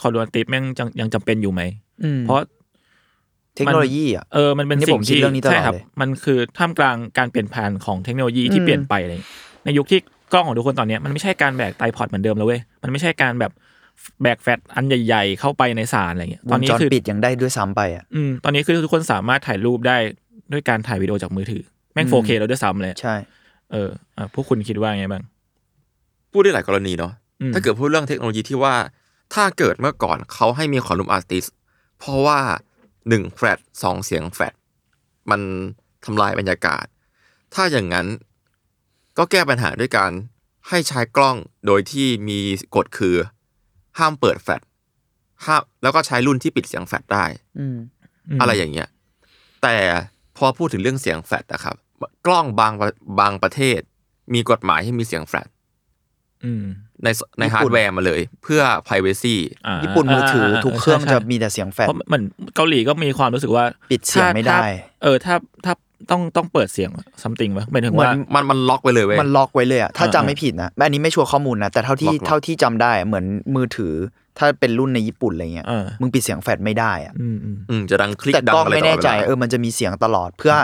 คอนดูนติฟแม่งยังยังจำเป็นอยู่ไหม อืม เพราะ เทคโนโลยีอ่ะ เออ มันเป็น นี่ สิ่ ผ ง มคิด ที่ เรื่องนี้ตลอด ใช่ครับ เลย มันคือท่ามกลางการเปลี่ยนผ่านของเทคโนโลยีที่ อืม เปลี่ยนไปเลย ในยุคที่กล้องของทุกคนตอนเนี้ยมันไม่ใช่การแบกไตรพอดเหมือนเดิมแล้วเว้ย มันไม่ใช่การแบบแบกแฟตอันใหญ่ๆ เข้าไปในสารอะไรเงี้ย ว ตอน ง นี้ จร คือ ปิดยังได้ด้วยซ้ำไปอ่ะ อืมตอนนี้คือทุกคนสามารถถ่ายรูปได้ด้วยการถ่ายวิดีโอจากมือถือ แม่ง อืม 4K แล้วด้วยซ้ำเลย ใช่ เอออ่ะพวกคุณคิดว่าไงบ้าง พูดได้หลายกรณีเนาะ อืม ถ้าเกิดพูดเรื่องเทคโนโลยีที่ว่า ถ้าเกิดเมื่อก่อนเขาให้มีคอลัมน์อาร์ติสเพราะว่าหนึ่งแฟลตสองเสียงแฟลตมันทำลายบรรยากาศ ถ้าอย่างนั้นก็แก้ปัญหาด้วยการให้ใช้กล้องโดยที่มีกฎคือ ห้ามเปิดแฟลตห้ามแล้วก็ใช้รุ่นที่ปิดเสียงแฟลตได้ อืม ม อะไรอย่างเงี้ย แต่พอพูดถึงเรื่องเสียงแฟลตนะครับ กล้องบางประบางประเทศ มีกฎหมายให้มีเสียงแฟลต อืม ในสในฮาร์ดแวร์มาเลย เพื่อ p r i เวซี อ่า ญี่ปุ่นมือถืออาทุกเครื่อง ใช่ใช่ จะมีแต่เสียงแฟลช เพราะเหมือนเกาหลีก็มีความรู้สึกว่า ปิดเสียง ถ้า ไม่ได้ ถ้าเออ ถ้าถ้าต้องต้องเปิดเสียงซัมติงปะหมายถึงว่า มันมันล็อกไปเลยเว้ย มันล็อกไว้เลยอ่ะ ถ้า อ่า จำไม่ผิดนะอันนี้ไม่ชัวร์ข้อมูลนะ แต่เท่าที่ ล็อกๆ เท่าที่จำได้อะเหมือนมือถือ ถ้าเป็นรุ่นในญี่ปุ่นอะไรเงี้ย เออ มึงปิดเสียงแฟดไม่ได้อะ อืมอืม อืมจะดังคลิก แต่ ดั ก ง ล้อง อะไร ไม่ ตลอ แน่ ดเว ใจ ลา เออมันจะมีเสียงตลอดเพื่อ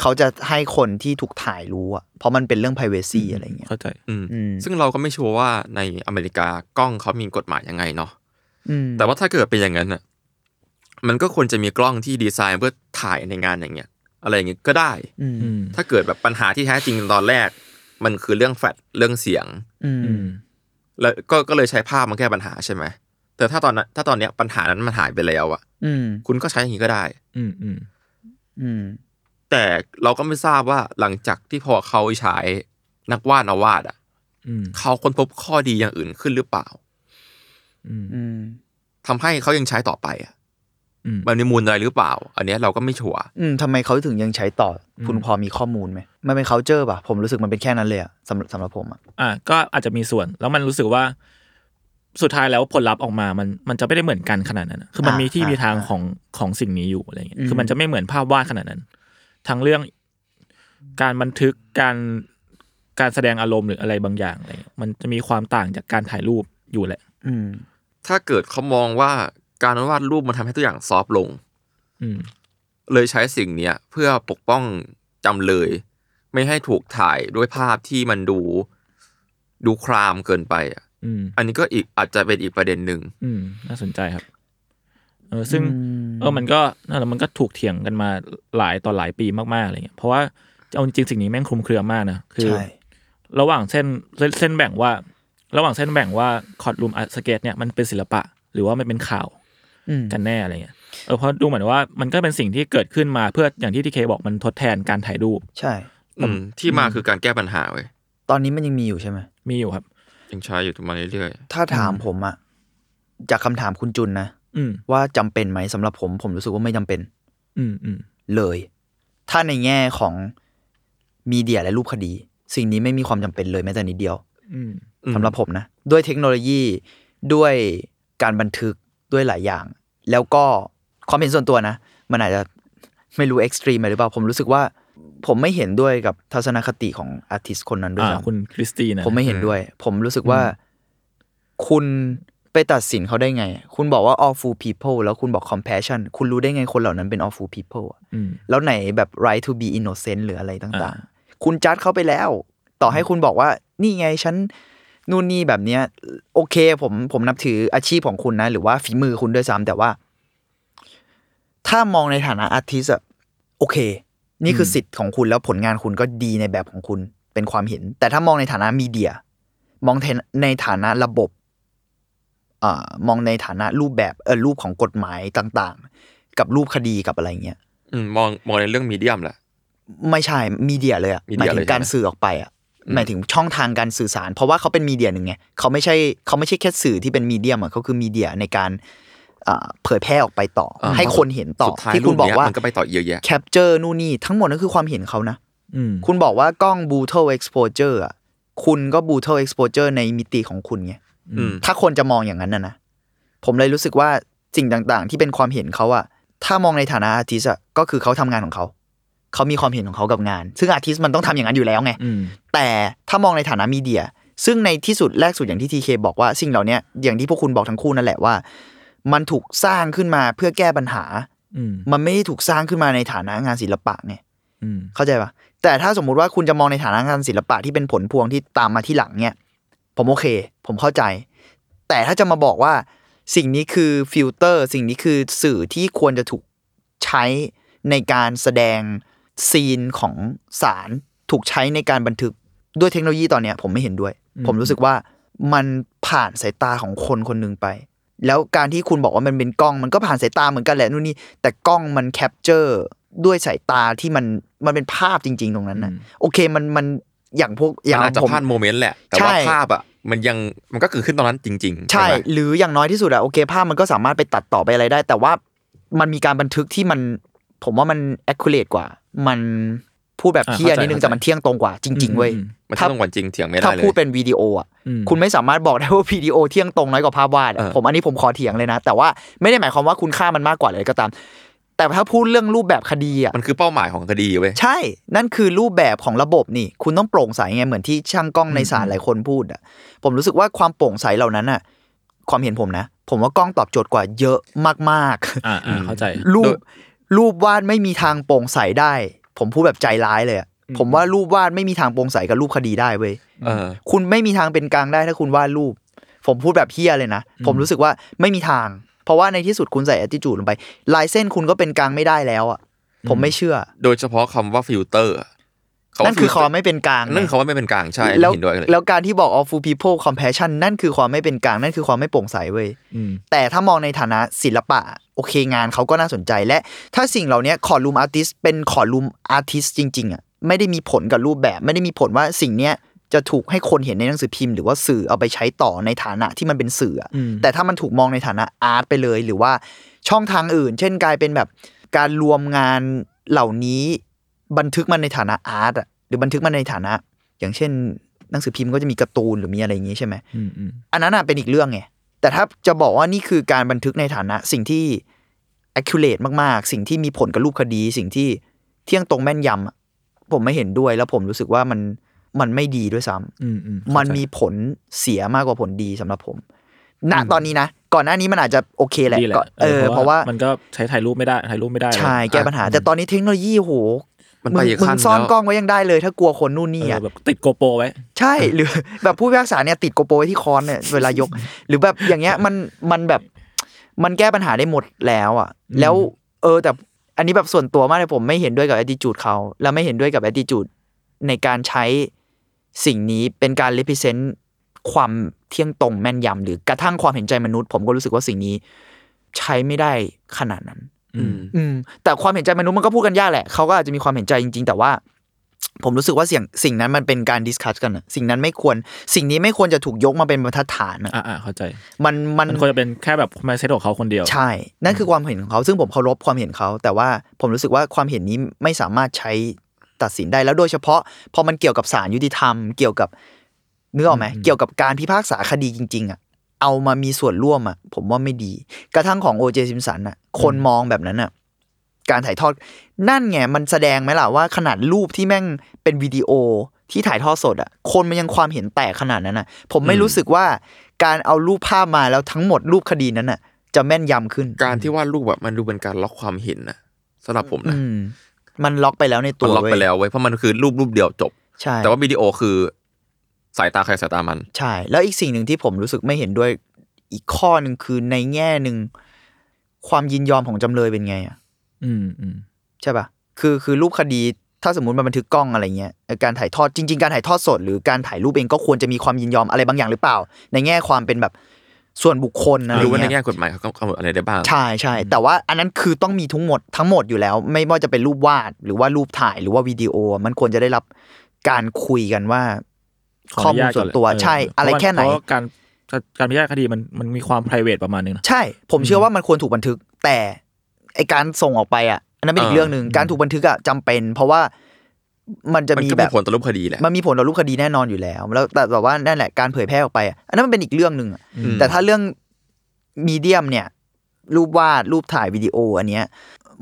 เขาจะให้คนที่ถูกถ่ายรู้อะเพราะมันเป็นเรื่อง p r i เวซีอะไรเงี้ย เข้าใจ อืม อืม ซึ่งเราก็ไม่ชัวร์ว่าในอเมริกากล้องเขามีกฎหมายยังไงเนาะ อืม แต่ว่าถ้าเกิดเป็นอย่างนั้นน่ะ มันก็ควรจะมีกล้องที่ดีไซน์เพื่อถ่ายในงานอย่างเงี้ย อะไรอย่างเงี้ยก็ได้ อืม อืม ถ้าเกิดแบบปัญหาที่แท้จริงตอนแรก มันคือเรื่องแฟลชเรื่องเสียง อื อื ม ม แล้วก็ก็เลยใช้ภาพมาแก้ปัญหาใช่ไหม แต่ถ้าตอนนั้นถ้าตอนเนี้ยปัญหานั้นมันหายไปแล้วอะ อืม คุณก็ใช้อย่างนี้ก็ได้ อืมอืม อืม แต่เราก็ไม่ทราบว่าหลังจากที่พอเขาใช้นักวาดนาวาดอะ อืม เขาค้นพบข้อดีอย่างอื่นขึ้นหรือเปล่า อืม อืม ทำให้เขายังใช้ต่อไปอะ อืม มันมีมูลอะไรหรือเปล่า อันเนี้ยเราก็ไม่ชัวร์ อืมทำไมเขาถึงยังใช้ต่ออ ม คุณพอมีข้อมูลไหมมันเป็น culture ป่ะ ผมรู้สึกมันเป็นแค่นั้นเลยอะสำหรับสำหรับผมอะ อ่ะก็อาจจะมีส่วนแล้วมันรู้สึกว่าสุดท้ายแล้วผลลัพธ์ออกมา มันมันจะไม่ได้เหมือนกันขนาดนั้นอะคือมันมีที่มีทางของของสิ่งนี้อยู่อะไรเงี้ยคือมันจะไม่เหมือนภาพวาดขนาดนั้นทั้งเรื่องการบันทึกการการแสดงอารมณ์หรืออะไรบางอย่างอะไรเงี้ยมันจะมีความต่างจากการถ่ายรูปอยู่แหละ อืม ถ้าเกิดเขามองว่าการวาดรูปมันทำให้ตัวอย่างซอฟต์ลง อืม เลยใช้สิ่งเนี้ยเพื่อปกป้องจำเลย ไม่ให้ถูกถ่ายด้วยภาพที่มันดูดูครามเกินไปอะ อืม อันนี้ก็อีกอาจจะเป็นอีกประเด็นหนึ่ง อืม น่าสนใจครับ เออซึ่ง อืม เออมันก็นั่นแหละมันก็ถูกเถียงกันมาหลายต่อหลายปีมากๆอะไรเงี้ยเพราะว่าเอาจริงๆสิ่งนี้แม่งคลุมเครือมากนะคือ ใช่ ระหว่างเส้นเส้นเส้นแบ่งว่า ระหว่างเส้นแบ่งว่าคอร์ดรูมอาร์สเกตเนี่ยมันเป็นศิลปะ หรือว่ามันเป็นข่าว อืม กันแน่อะไรเงี้ยเออเพราะดูเหมือนว่ามันก็เป็นสิ่งที่เกิดขึ้นมาเพื่ออย่างที่ทีเคบอกมันทดแทนการถ่ายรูป ใช่ อืมที่มาคือการแก้ปัญหาเว้ย ตอนนี้มันยังมีอยู่ใช่ไหม มีอยู่ครับ ยังใช้อยู่มาเรื่อย ถ้าถามผมอะจากคำถามคุณจุนนะ อืม ว่าจำเป็นไหมสำหรับผมผมรู้สึกว่าไม่จำเป็น อืมอืม เลย ถ้าในแง่ของมีเดียและรูปคดี สิ่งนี้ไม่มีความจำเป็นเลยแม้แต่นิดเดียว อืม ๆอืม สำหรับผมนะ ด้วยเทคโนโลยีด้วยการบันทึกด้วยหลายอย่าง แล้วก็ความเห็นส่วนตัวนะ มันอาจจะไม่รู้เอ็กซ์ตรีมไปหรือเปล่า ผมรู้สึกว่า ผมไม่เห็นด้วยกับทัศนคติของอาร์ติสคนนั้นด้วย อ่า ซ้ำ คุณคริสตีนะ ผมไม่เห็นด้วย ผมรู้สึกว่า คุณไปตัดสินเขาได้ไง คุณบอกว่า awful people แล้วคุณบอก compassion คุณรู้ได้ไงคนเหล่านั้นเป็น awful people อะ อืม แล้วไหนแบบ right to be innocent หรืออะไรต่า อ่า งๆ คุณจัดเขาไปแล้ว ต่อให้คุณบอกว่า นี่ไงฉันนู่นนี่แบบเนี้ย โอเค ผมผมนับถืออาชีพของคุณนะ หรือว่าฝีมือคุณด้วยซ้ำแต่ว่า ถ้ามองในฐานะอาร์ติสอะโอเค นี่คือสิทธิ์ของคุณแล้วผลงานคุณก็ดีในแบบของคุณเป็นความเห็น แต่ถ้ามองในฐานะมีเดีย มองในฐานะระบบเอ่อมองในฐานะรูปแบบเออรูปของกฎหมายต่างๆ กับรูปคดีกับอะไรเงี้ย อืมมองมองในเรื่องมีเดียมแหละ ไม่ใช่มีเดียเลยอะ มี ห เดี มาย ย เลย ถึงการ ใช่ไหม สื่อออกไปอะหมายถึงช่องทางการสื่อสาร เพราะว่าเขาเป็นมีเดียหนึ่งไงเขาไม่ใช่เขาไม่ใช่แค่สื่อที่เป็นมีเดียมอะเขาคือมีเดียในการเอ่อเผยแพร่ออกไปต่อ อ่า ให้คนเห็นต่อ สุดท้าย ที่คุณบอกว่า รูปเนี้ยมันก็ไปต่อเยอะแยะ แคปเจอร์นู่นนี่ทั้งหมดนั่นคือความเห็นเขานะ อืม คุณบอกว่ากล้อง brutal exposure อ่ะ คุณก็ brutal exposure ในมิติของคุณไง อืม ถ้าคนจะมองอย่างนั้นนะนะ ผมเลยรู้สึกว่าสิ่งต่างๆ ที่เป็นความเห็นเขาอะถ้ามองในฐานะอาร์ติสอะก็คือเขาทำงานของเขา เขามีความเห็นของเขากับงาน ซึ่งอาร์ติสมันต้องทำอย่างนั้นอยู่แล้วไง อืม แต่ถ้ามองในฐานะมีเดีย ซึ่งในที่สุดแรกสุดอย่างที่ทีเคบอกว่าสิ่งเหล่าเนี้ยอย่างที่พวกคุณบอกทั้งคู่นั่นแหละว่า มันถูกสร้างขึ้นมาเพื่อแก้ปัญหา อืม มันไม่ได้ถูกสร้างขึ้นมาในฐานะงานศิลปะไง อืม เข้าใจปะแต่ถ้าสมมุติว่าคุณจะมองในฐานะงานศิลปะที่เป็นผลพวงที่ตามมาที่หลังเนี่ย ผมโอเค ผมเข้าใจ แต่ถ้าจะมาบอกว่า สิ่งนี้คือฟิลเตอร์ สิ่งนี้คือสื่อที่ควรจะถูกใช้ในการแสดงซีนของสารถูกใช้ในการบันทึกด้วยเทคโนโลยีตอนเนี้ยผมไม่เห็นด้วย ผมรู้สึกว่ามันผ่านสายตาของคนคนหนึ่งไป แล้วการที่คุณบอกว่ามันเป็นกล้องมันก็ผ่านสายตาเหมือนกันแหละนู่นนี่แต่กล้องมันแคปเจอร์ด้วยสายตาที่มันมันเป็นภาพจริง ๆ ตรงนั้นนะโอเคมันมันอย่างพวกอย่าง มันอาจจะ ผม พลาดโมเมนต์แหละ แต่ว่า ใช่ ภาพอ่ะ มันยังมันก็เกิดขึ้นตอนนั้นจริงๆ ใช่ ไหม หรืออย่างน้อยที่สุดอะโอเค ภาพมันก็สามารถไปตัดต่อไปอะไรได้ แต่ว่ามันมีการบันทึกที่มัน ผมว่ามัน accurate กว่า มันพูดแบบเที่ยนิดนึงแต่มันเที่ยงตรงกว่าจริง ๆ เว้ย มันที่ต้องวันจริงเถียงไม่ได้ ถ้า เลย พูดเป็นวิดีโออะ อืม คุณไม่สามารถบอกได้ว่าวิดีโอเที่ยงตรงน้อยกว่าภาพวาดอะ เออ ผมอันนี้ผมขอเถียงเลยนะ แต่ว่าไม่ได้หมายความว่าคุณค่ามันมากกว่าเลยก็ตาม แต่ถ้าพูดเรื่องรูปแบบคดีอะ มันคือเป้าหมายของคดีเว้ย ใช่ นั่นคือรูปแบบของระบบนี่ คุณต้องโปร่งใสไงเหมือนที่ช่างกล้องในศาลหลายคนพูดอะผมรู้สึกว่าความโปร่งใสเหล่านั้นอะ ความเห็นผมนะ ผมว่ากล้องตอบโจทย์กว่าเยอะมาก อ่าอ่าเข้าใจ ๆ รูปรูปวาดไม่มีทางโปร่งใสได้ ผมพูดแบบใจร้ายเลยอะผมว่ารูปวาดไม่มีทางโปร่งใสกับรูปคดีได้เว้ย เออ คุณไม่มีทางเป็นกลางได้ถ้าคุณวาดรูป ผมพูดแบบเฮี้ยเลยนะ ผมรู้สึกว่าไม่มีทาง เพราะว่าในที่สุดคุณใส่ attitude ลงไป ลายเส้นคุณก็เป็นกลางไม่ได้แล้วอ่ะ ผมไม่เชื่อ โดยเฉพาะคำว่าฟิลเตอร์อะ นั่นคือความไม่เป็นกลาง นั่นคือ ไง คำว่าไม่เป็นกลางใช่ แล้ว เห็นด้วยเลย แล้วการที่บอก all full people compassion นั่นคือความไม่เป็นกลาง นั่นคือความไม่โปร่งใสเว้ย อืม แต่ถ้ามองในฐานะศิลปะ โอเคงานเขาก็น่าสนใจและ ถ้าสิ่งเหล่านี้คอลูมอาร์ติสเป็นคอลูมอาร์ติสจริง ๆอ่ะไม่ได้มีผลกับรูปแบบ ไม่ได้มีผลว่าสิ่งเนี้ยจะถูกให้คนเห็นในหนังสือพิมพ์หรือว่าสื่อเอาไปใช้ต่อในฐานะที่มันเป็นสื่ออะ อืม แต่ถ้ามันถูกมองในฐานะอาร์ตไปเลย หรือว่าช่องทางอื่น เช่นกลายเป็นแบบการรวมงานเหล่านี้ บันทึกมันในฐานะอาร์ตอะหรือบันทึกมันในฐานะ อย่างเช่น หนังสือพิมพ์ก็จะมีการ์ตูนหรือมีอะไรอย่างงี้ใช่ไหม อืมอืม อันนั้นน่ะเป็นอีกเรื่องไง แต่ถ้าจะบอกว่านี่คือการบันทึกในฐานะสิ่งที่ accurate มากๆ สิ่งที่มีผลกับรูปคดี สิ่งที่เที่ยงตรงแม่นยำอะผมไม่เห็นด้วย แล้วผมรู้สึกว่ามันมันไม่ดีด้วยซ้ำ อืมอืม มันมีผลเสียมากกว่าผลดีสำหรับผมณตอนนี้นะ ก่อนหน้านี้มันอาจจะโอเคแหละ ดีแหละ ก็เออเพราะว่า มันก็ใช้ถ่ายรูปไม่ได้ถ่ายรูปไม่ได้ ใช่แก้ปัญหา แต่ตอนนี้เทคโนโลยีโห มัน มึ ไป ง อีก มึ ขั้ ง น ซ่อน แล้ว กล้องไว้ยังได้เลยถ้ากลัวคนนู่นนี่ เออ อะ แบบติดโกโปรไว้ ใช่หรือ แบบผู้พิพากษาเนี่ยติดโกโปรไว้ที่คอน เนี่ยเวลายก หรือแบบอย่างเงี้ยมันมันแบบมันแก้ปัญหาได้หมดแล้วอ่ะ แล้ว เออ แต่อันนี้แบบส่วนตัวมากเลยผมไม่เห็นด้วยกับ attitude เขา และไม่เห็นด้วยกับ attitude ในการใช้สิ่งนี้เป็นการ represent ความเที่ยงตรงแม่นยำหรือกระทั่งความเห็นใจมนุษย์ ผมก็รู้สึกว่าสิ่งนี้ใช้ไม่ได้ขนาดนั้น อืม อืมแต่ความเห็นใจมนุษย์มันก็พูดกันยากแหละเขาก็อาจจะมีความเห็นใจจริง ๆ แต่ว่า ผมรู้สึกว่าสิ่งสิ่งนั้นมันเป็นการดิสคัสกันอะสิ่งนั้นไม่ควร สิ่งนี้ไม่ควรจะถูกยกมาเป็นบรรทัดฐานอะ อ่าอ่าเข้าใจ มันมัน มันควรจะเป็นแค่แบบไมเซ็ตของเขาคนเดียว ใช่ นั่นคือความเห็นของเขา ซึ่งผมเคารพความเห็นเขา แต่ว่าผมรู้สึกว่าความเห็นนี้ไม่สามารถใช้ตัดสินได้แล้วโดยเฉพาะพอมันเกี่ยวกับศาลยุติธรรมเกี่ยวกับนึกออกไหมเกี่ยวกับการพิพากษาคดีจริง ๆอะเอามามีส่วนร่วมอะผมว่าไม่ดี กระทั่งของโอเจซิมสันอะคนมองแบบนั้นอะ การถ่ายทอดนั่นไงมันแสดงไหมล่ะว่าขนาดรูปที่แม่งเป็นวิดีโอที่ถ่ายทอดสดอ่ะ คนมันยังความเห็นแตกขนาดนั้นอ่ะ ผมไม่รู้สึกว่าการเอารูปภาพมาแล้วทั้งหมดรูปคดีนั้นอ่ะ จะแม่นยำขึ้น การที่วาดรูปแบบมันดูเป็นการล็อกความเห็นนะสำหรับผม อื นะ ม มันล็อกไปแล้วในตั มัน ว ล็อกไปแล้วเว้ยเพราะมันคือรูปรูปเดียวจบ ใช่ แต่ว่าวิดีโอคือสายตาใครสายตามัน ใช่ แล้วอีกสิ่งหนึ่งที่ผมรู้สึกไม่เห็นด้วยอีกข้อหนึ่งคือในแง่หนึ่งความยินยอมของจำเลยเป็นไงอ่ะ อืมอืม ใช่ปะคือคือรูปคดีถ้าสมมติมันบันทึกกล้องอะไรเงี้ยเอ่อการถ่ายทอดจริง ๆ การถ่ายทอดสด หรือการถ่ายรูปเองก็ควรจะมีความยินยอมอะไรบางอย่างหรือเปล่า ในแง่ความเป็นแบบส่วนบุคคลอะไร ไม่รู้ว่าใน เงี้ย แง่กฎหมายเขากำหนดอะไรได้บ้าง ใช่ใช่แต่ว่าอันนั้นคือต้องมีทั้งหมดทั้งหมดอยู่แล้ว ไม่ว่าจะเป็นรูปวาดหรือว่ารูปถ่ายหรือว่าวิดีโอ มันควรจะได้รับการคุยกันว่า ขอ ข้อ นุ มูล ญาต ส่วนตัว ก่นเลย ใช่ เ อะไรแค่ไหน เพราะว่าการการพิจารณาคดีมันมันมีความ p r i v a t ประมาณนึงนะ ใช่ ผมเชื่อว่ามันควรถูกบันทึก แต่ไอการส่งออกไปอ่ะ อันนั้นเป็นอีก อ่า เรื่องหนึ่งการถูกบันทึกอ่ะจำเป็น เพราะว่ามันจะ มัน มี ก็ แบ มี บ ผลต่อรูปคดีแหละ มันมีผลต่อรูปคดีแน่นอนอยู่แล้ว แล้วแต่แบบว่านั่นแหละการเผยแพร่ออกไปอะอันนั้นมันเป็นอีกเรื่องหนึ่งอะ อืม แต่ถ้าเรื่องมีเดียมเนี่ย รูปวาดรูปถ่ายวิดีโออันเนี้ย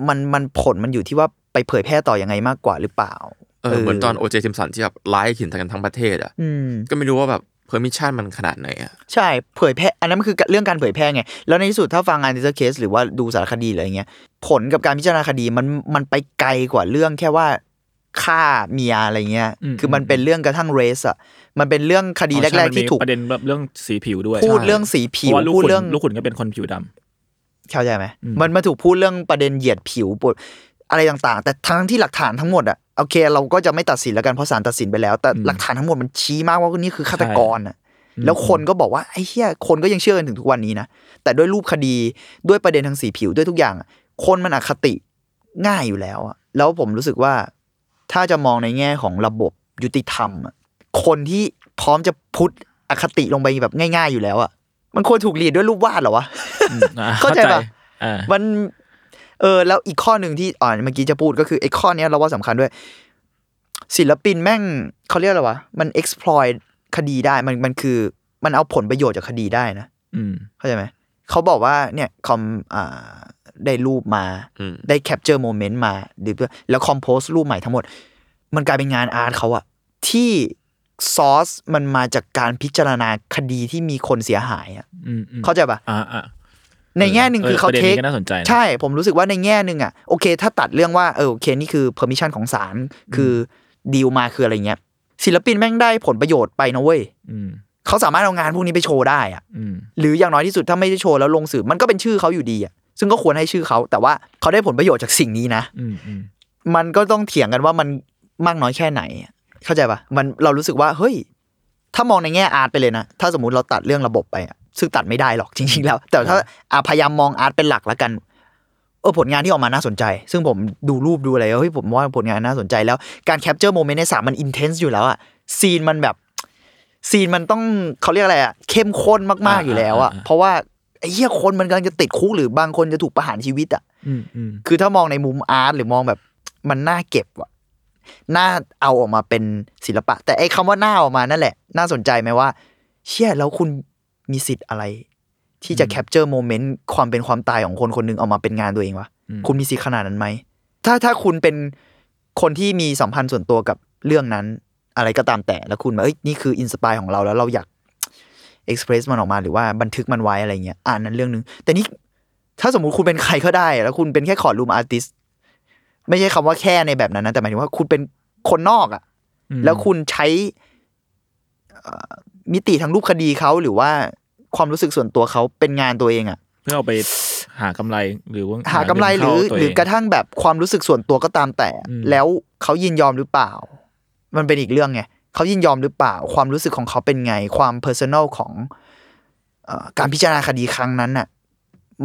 มันมันผลมันอยู่ที่ว่าไปเผยแพร่ต่อยังไงมากกว่าหรือเปล่า เออเหมือนตอนโอเจทิมสันที่แบบไลฟ์เห็นกันทั้งประเทศอ่ะ อืม ก็ไม่รู้ว่าแบบเพอร์มิชันมันขนาดไหนอ่ะ ใช่ เผยแพร่อันนั้นมันคือเรื่องการเผยแพร่ไง แล้วในที่สุดถ้าฟังงานดิจิทัลเคสหรือว่าดูสารคดีหรืออะไรเงี้ย ผลกับการพิจารณาคดีมันมันไปไกลกว่าเรื่องแค่ว่าฆ่าเมียอะไรเงี้ย อืม คือมันเป็นเรื่องกระทั่งเรสอะมันเป็นเรื่องคดี อ๋อ แร ใช่ ก มัน ๆ ที่ มี ถูก ประเด็นแบบเรื่องสีผิวด้วย พูด ใช่ เรื่องสีผิว เพาะาลูก พูด ขุน เรื่อง ลูกขุนก็เป็นคนผิวดำ เข้าใจไหม อืม มันมาถูกพูดเรื่องประเด็นเหยียดผิวปวดอะไรต่างๆ แต่ทั้งที่หลักฐานทั้งหมดอะโอเค เราก็จะไม่ตัดสินแล้วกันเพราะศาลตัดสินไปแล้ว แต่หลักฐานทั้งหมดมันชี้มากว่าคนนี้คือฆาตกรอะแล้วคนก็บอกว่าไอ้เหี้ยคนก็ยังเชื่อกันถึงทุกวันนี้นะแต่ด้วยรูปคดีด้วยประเด็นทางสีผิวด้วยทุกอย่างอะคนมันอคติง่ายอยู่แล้วอะแล้วผมรู้สึกว่าถ้าจะมองในแง่ของระบบยุติธรรมอะคนที่พร้อมจะพุทธอคติลงไปแบบง่าย ๆอยู่แล้วอะมันควรถูกหลีดด้วยรูปวาดเหรอวะ อืมอ่ เข้าใจปะ อ่า มันเออแล้วอีกข้อหนึ่งที่อ่านเมื่อกี้จะพูดก็คือไอ้ข้อเนี้ยเราว่าสำคัญด้วย ศิลปินแม่งเขาเรียกอะไรวะ มัน exploit คดีได้มันมันคือมันเอาผลประโยชน์จากคดีได้นะ อืม เข้าใจไหม เขาบอกว่าเนี่ยคอมอ่าได้รูปมา อืม ได้แคปเจอร์โมเมนต์มาหรือแล้วคอมโพสรูปใหม่ทั้งหมด มันกลายเป็นงานอาร์ตเขาอะที่ ซอสมันมาจากการพิจารณาคดีที่มีคนเสียหายอะ อืมอืม เข้าใจปะ อ่าอ่า ในแง่หนึ่งคือเขา ประเด็น เทคนี้ก็น่าสนใจนะ ใช่ผมรู้สึกว่าในแง่หนึ่งอ่ะโอเค ถ้าตัดเรื่องว่าเออโอเคนี่คือ permission ของศาลคือดีลมาคืออะไรเงี้ย ศิลปินแม่งได้ผลประโยชน์ไปนะเว้ย อืม เขาสามารถเอางานพวกนี้ไปโชว์ได้อ่ะ อืม หรืออย่างน้อยที่สุดถ้าไม่ได้โชว์แล้วลงสื่อมันก็เป็นชื่อเขาอยู่ดีอ่ะซึ่งก็ควรให้ชื่อเขาแต่ว่าเขาได้ผลประโยชน์จากสิ่งนี้นะ อืมอืม มันก็ต้องเถียงกันว่ามันมากน้อยแค่ไหนอะเข้าใจปะมันเรารู้สึกว่าเฮ้ย ถ้ามองในแง่อาร์ตไปเลยนะ ถ้าสมมติเราตัดเรื่องระบบไปอะซึ่งตัดไม่ได้หรอก จริง ๆ แล้ว แต่ถ้าอ่ะพยายามมองอาร์ตเป็นหลักแล้วกัน เออผลงานที่ออกมาน่าสนใจ ซึ่งผมดูรูปดูอะไรเฮ้ยผมว่าผลงานน่าสนใจแล้วการแคปเจอร์โมเมนต์ในสามมันอินเทนส์อยู่แล้วอะซีนมันแบบ ซีนมันต้องเขาเรียกอะไรอะเข้มข้นมากๆอยู่แล้วอะเพราะว่าไอ้เหี้ยคนมันกำลังจะติดคุกหรือบางคนจะถูกประหารชีวิตอะ อืมอืม คือถ้ามองในมุมอาร์ตหรือมองแบบ มันน่าเก็บอะน่าเอาออกมาเป็นศิลปะ แต่ไอ้คำว่าน่าออกมานั่นแหละ น่าสนใจไหมว่า เชี่ยแล้วคุณมีสิทธิ์อะไร ที่จะแคปเจอร์โมเมนต์ความเป็นความตายของคนคนหนึงเอามาเป็นงานตัวเองวะคุณมีสิทธิ์ขนาดนั้นไหม ถ้าถ้าคุณเป็นคนที่มีสัมพันธ์ส่วนตัวกับเรื่องนั้น อะไรก็ตามแต่แล้วคุณแบบเอ้ยนี่คืออินสปายของเราแล้วเราอยากเอ็กซ์เพรสมันออกมาหรือว่าบันทึกมันไว้อะไรเงี้ยอ่านนั้นเรื่องนึง แต่นี่ ถ้าสมมุติคุณเป็นใครก็ได้ แล้วคุณเป็นแค่ขอรูมอาร์ติสไม่ใช่คำว่าแค่ในแบบนั้นนะ แต่หมายถึงว่าคุณเป็นคนนอกอะ่ะ อืม แล้วคุณใช้เอ่อมิติทางรูปคดีเขาหรือว่าความรู้สึกส่วนตัวเขาเป็นงานตัวเองอะ่ะ เพื่อเอาไปหากำไรหรือว่า หากำไรห เน รือ เข้าตัว ห เง รือกระทั่งแบบความรู้สึกส่วนตัวก็ตามแต่ อืม แล้วเขายินยอมหรือเปล่า มันเป็นอีกเรื่องไงเขายินยอมหรือเปล่า ความรู้สึกของเขาเป็นไง ความเพอร์ซันอลของเอ่อการพิจารณาคดีครั้งนั้นน่ะ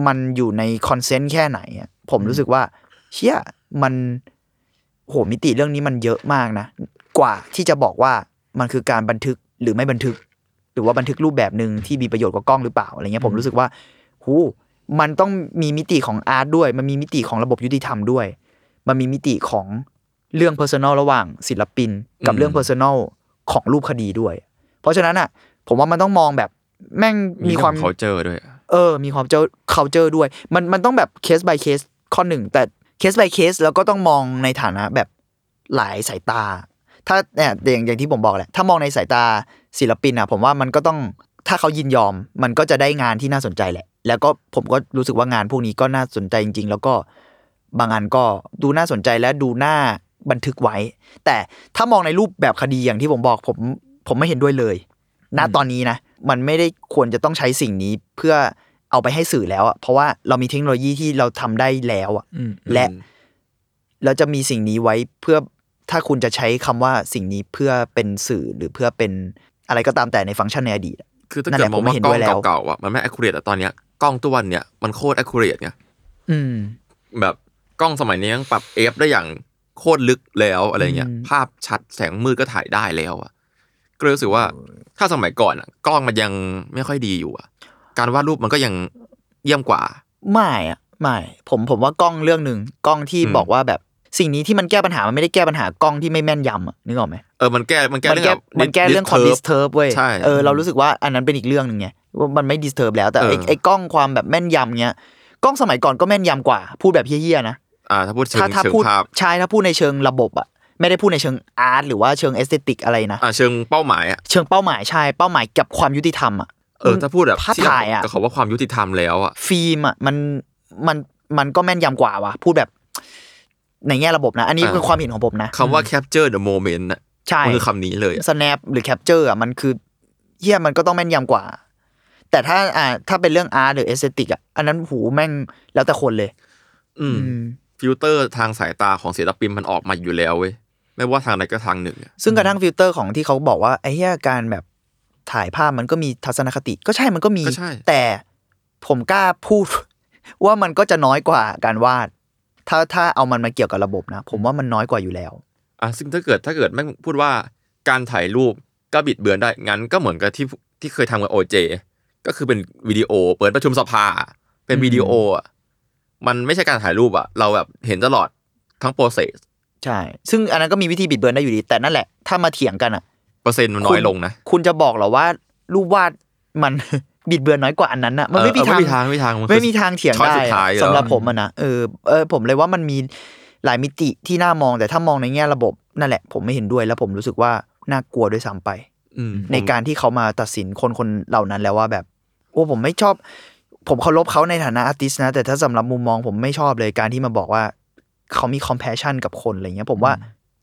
มันอยู่ในคอนเซนต์แค่ไหนอะผมรู้สึกว่า เชี่ยมันโหมิติเรื่องนี้มันเยอะมากนะ กว่าที่จะบอกว่ามันคือการบันทึกหรือไม่บันทึก หรือว่าบันทึกรูปแบบหนึ่งที่มีประโยชน์กับกล้องหรือเปล่าอะไรเงี้ยผมรู้สึกว่าหูมันต้องมีมิติของอาร์ตด้วย มันมีมิติของระบบยุติธรรมด้วย มันมีมิติของเรื่องเพอร์ซันอลระหว่างศิลปิน กับเรื่อง อืม เพอร์ซันอลของรูปคดีด้วย เพราะฉะนั้นอ่ะ ผมว่ามันต้องมองแบบแม่งมีความ เขาเจอด้วยอะ เออ มีความเจ้า culture ด้วย มัน มันต้องแบบเคส by เคสข้อหนึ่ง แต่เคส by เคสแล้วก็ต้องมองในฐานะแบบหลายสายตา ถ้าเนี่ยอย่างอย่างที่ผมบอกแหละ ถ้ามองในสายตาศิลปินอ่ะ ผมว่ามันก็ต้อง ถ้าเขายินยอม มันก็จะได้งานที่น่าสนใจแหละ แล้วก็ผมก็รู้สึกว่างานพวกนี้ก็น่าสนใจจริง ๆ แล้วก็บางอันก็ดูน่าสนใจและดูน่าบันทึกไว้ แต่ถ้ามองในรูปแบบคดีอย่างที่ผมบอก ผม ผมไม่เห็นด้วยเลย ณตอนนี้นะ มันไม่ได้ควรจะต้องใช้สิ่งนี้เพื่อเอาไปให้สื่อแล้วอะเพราะว่าเรามีเทคโนโลยีที่เราทำได้แล้วอะ อืม และเราจะมีสิ่งนี้ไว้เพื่อถ้าคุณจะใช้คำว่าสิ่งนี้เพื่อเป็นสื่อหรือเพื่อเป็นอะไรก็ตามแต่ในฟังก์ชันในอดีตอะ คือถ้า นั่นแหเกิด ละ มอง ผม ว่า เห็น กด้ล้วอยแล้ว งเก่าๆอ่ะมันไม่ accurate แต่ตอนเนี้ยกล้องตัววันเนี่ยมันโคตร accurate ไง อืม แบบกล้องสมัยนี้ยังปรับเอฟได้อย่างโคตรลึกแล้วอะไรเงี้ย อืม ภาพชัดแสงมืดก็ถ่ายได้แล้วอ่ะก็เลยรู้สึกว่าถ้าสมัยก่อนอะกล้องมันยังไม่ค่อยดีอยู่อะการวาดรูปมันก็ยังเยี่ยมกว่า ไม่อะไม่ผมผมว่ากล้องเรื่องหนึ่งกล้องที่ อืม บอกว่าแบบสิ่งนี้ที่มันแก้ปัญหามันไม่ได้แก้ปัญหากล้องที่ไม่แม่นยำอะนึกออกไหม เออมันแก้มันแก้ มันแก้เรื่องแบบ มันแก้เรื่องความ disturb disturb เว้ย ใช่ เออเรารู้สึกว่าอันนั้นเป็นอีกเรื่องหนึ่งไงว่ามันไม่ disturb แล้วแต่ไอ้ เออ ไอ้กล้องความแบบแม่นยำเงี้ยกล้องสมัยก่อนก็แม่นยำกว่า พูดแบบเฮี้ยๆนะ อ่าถ้าพูดเชิง ถ้าถ้า เชิง พูด ภาพ ใช่ถ้าพูดในเชิงระบบอะไม่ได้พูดในเชิงอาร์ตหรือว่าเชิงเอสเตติกอะไรนะ อ่าเชิงเป้าหมายอ่ะ เชิงเป้าหมายใช่เป้าหมายกับความยุติธรรมอะ เออถ้าพูดแบบ ภาพ ที่เร ถ่ายอะ ก็เขาว่าความยุติธรรมแล้วอ่ะ ฟิล์มอ่ะมันมันมันก็แม่นยำกว่าว่ะพูดแบบในแง่ระบบนะ อันนี้ อ่า คือความเห็นของผมนะ คำว่า capture the moment น่ะ ใช่ มันคือคำนี้เลยอะ snap หรือ capture อ่ะมันคือเฮียมันก็ต้องแม่นยำกว่า แต่ถ้าอ่าถ้าเป็นเรื่อง art หรือ aesthetic อ่ะอันนั้นหูแม่งแล้วแต่คนเลย อืม อืม ฟิลเตอร์ทางสายตาของศิลปินมันออกมาอยู่แล้วเว้ยไม่ว่าทางไหนก็ทางหนึ่งอะ ซึ่งกระทั่งฟิลเตอร์ของที่เขาบอกว่าไอ้เฮียการแบบถ่ายภาพมันก็มีทัศนคติ ก็ใช่มันก็มี ก็ใช่ แต่ผมกล้าพูด ว่ามันก็จะน้อยกว่าการวาด ถ้าถ้าเอามันมาเกี่ยวกับระบบนะ ผมว่ามันน้อยกว่าอยู่แล้ว อ่ะซึ่งถ้าเกิดถ้าเกิดแม่งพูดว่าการถ่ายรูปก็บิดเบือนได้งั้นก็เหมือนกับที่ที่เคยทำกับโอเจก็คือเป็นวิดีโอ เปิดประชุมสภา เป็นวิดีโออะมันไม่ใช่การถ่ายรูปอ่ะ เราแบบเห็นตลอดทั้งโปรเซส ใช่ ซึ่งอันนั้นก็มีวิธีบิดเบือนได้อยู่ดี แต่นั่นแหละ ถ้ามาเถียงกันอ่ะ เปอร์เซ็นต์มันน้อยลงนะ คุณจะบอกเหรอว่ารูปวาดมัน บิดเบือนน้อยกว่าอันนั้นอ่ะ มันไม่มี เออ ทาง ไม่มีทางไม่มีทางนคือ ไม่มีทางเถียง ช้อ ได้ สุดท้าย อะ แล้ว สำหรับผมอะนะเออเออผมเลยว่ามันมีหลายมิติที่น่ามองแต่ถ้ามองในแง่ระบบนั่นแหละ ผมไม่เห็นด้วยแล้วผมรู้สึกว่า น่ากลัวด้วยซ้ำไป อืม ในการที่เขามาตัดสินคนคนเหล่านั้นแล้วว่าแบบ โอ้ผมไม่ชอบ ผมเคารพเขาในฐานะอาร์ติสนะ แต่ถ้าสำหรับมุมมองผมไม่ชอบเลยการที่มาบอกว่า เขามีคอมเพ s ชันกับคนอะไรเงี้ย ผมว่า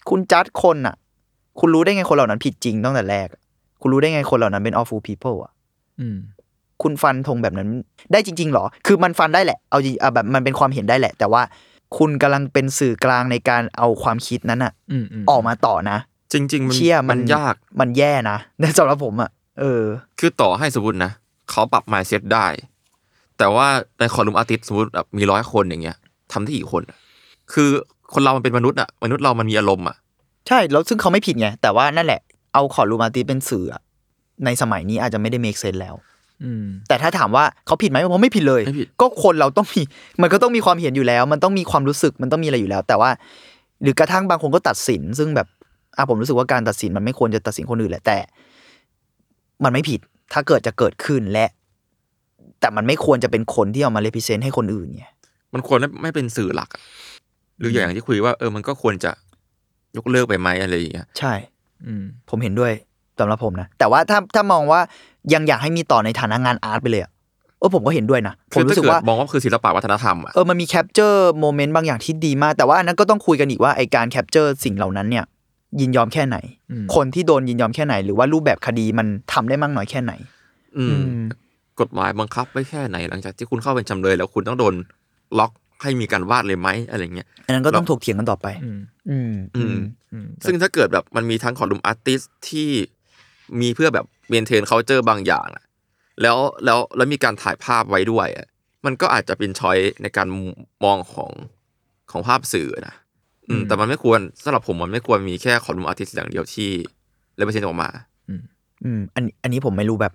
คุณจัดคนอ่ะ คุณรู้ได้ไงคนเหล่านั้นผิดจริงตั้งแต่แรก คุณรู้ได้ไงคนเหล่านั้นเป็น awful people อ่ะ อืม คุณฟันธงแบบนั้นได้จริง ๆ หรอ คือมันฟันได้แหละ เอาจริงอ่ะแบบมันเป็นความเห็นได้แหละ แต่ว่าคุณกำลังเป็นสื่อกลางในการเอาความคิดนั้นอ่ะ อืมอืม ออกมาต่อนะ จริง ๆ มัน เชี่ยมั มัน นยาก มันแย่นะ ในสำหรับผมอ่ะ เออ คือต่อให้สมมตินะเขาปรับ mindset ได้ แต่ว่าในคอลุมน์อาร์ติสต์สมมติแบบมีร้อยคนอย่างเงี้ยทำได้กี่คนอะคือคนเรามันเป็นมนุษย์อะมนุษย์เรามันมีอารมณ์อะ ใช่แล้วซึ่งเขาไม่ผิดไง แต่ว่านั่นแหละ เอาขอรูมาติสเป็นสื่ออะในสมัยนี้อาจจะไม่ได้ make sense แล้ว อืม แต่ถ้าถามว่าเขาผิดไหมผมไม่ผิดเลย ไม่ผิด ก็คนเราต้องมี มันก็ต้องมีความเห็นอยู่แล้ว มันต้องมีความรู้สึกมันต้องมีอะไรอยู่แล้ว แต่ว่า หรือกระทั่งบางคนก็ตัดสิน ซึ่งแบบอ่ะผมรู้สึกว่าการตัดสินมันไม่ควรจะตัดสินคนอื่นแหละแต่ มันไม่ผิดถ้าเกิดจะเกิดขึ้นและ แต่มันไม่ควรจะเป็นคนที่เอามาเลพิเซนต์ให้คนอื่นไง มันควรไม่ไม่เป็นสื่อหลักอะหรืออย่างที่คุยว่าเออมันก็ควรจะยกเลิกไปไหมอะไรอย่างเงี้ย ใช่ อืม ผมเห็นด้วยสำหรับผมนะ แต่ว่าถ้าถ้ามองว่ายังอยากให้มีต่อในฐานะงานอาร์ตไปเลยอะเออผมก็เห็นด้วยนะ ผ คื ม อถ้า รู้สึก เกิด ว่าม องว่าคือศิลปะวัฒนธรรมอะ เออมันมีแคปเจอร์โมเมนต์บางอย่างที่ดีมาก แต่ว่าอันนั้นก็ต้องคุยกันอีกว่าไอการแคปเจอร์สิ่งเหล่านั้นเนี่ย ยินยอมแค่ไหน อืม คนที่โดนยินยอมแค่ไหน หรือว่ารูปแบบคดีมันทำได้มากน้อยแค่ไหน อืม อืม กฎหมายบังคับไว้แค่ไหนหลังจากที่คุณเข้าเป็นจำเลย แล้วคุณต้องโดนล็อกให้มีการวาดเลยไหมอะไรเงี้ย อันนั้นก็ต้อง เรา ถกเถียงกันต่อไป อืม อืม อื อืมมอืม ซึ่งถ้าเกิดแบบมันมีทั้งขอลุมอาร์ติสที่มีเพื่อแบบเมนเทนเคาเจอบางอย่างอะแล้วแล้วแล้วมีการถ่ายภาพไว้ด้วยอะมันก็อาจจะเป็นช้อยในการมองของของภาพสื่อนะอืม แต่มันไม่ควรสำหรับผมมันไม่ควรมีแค่ขอลุมอาร์ติสอย่างเดียวที่เลเวอเรนต์ออกมา อืมอันอันนี้ผมไม่รู้แบบ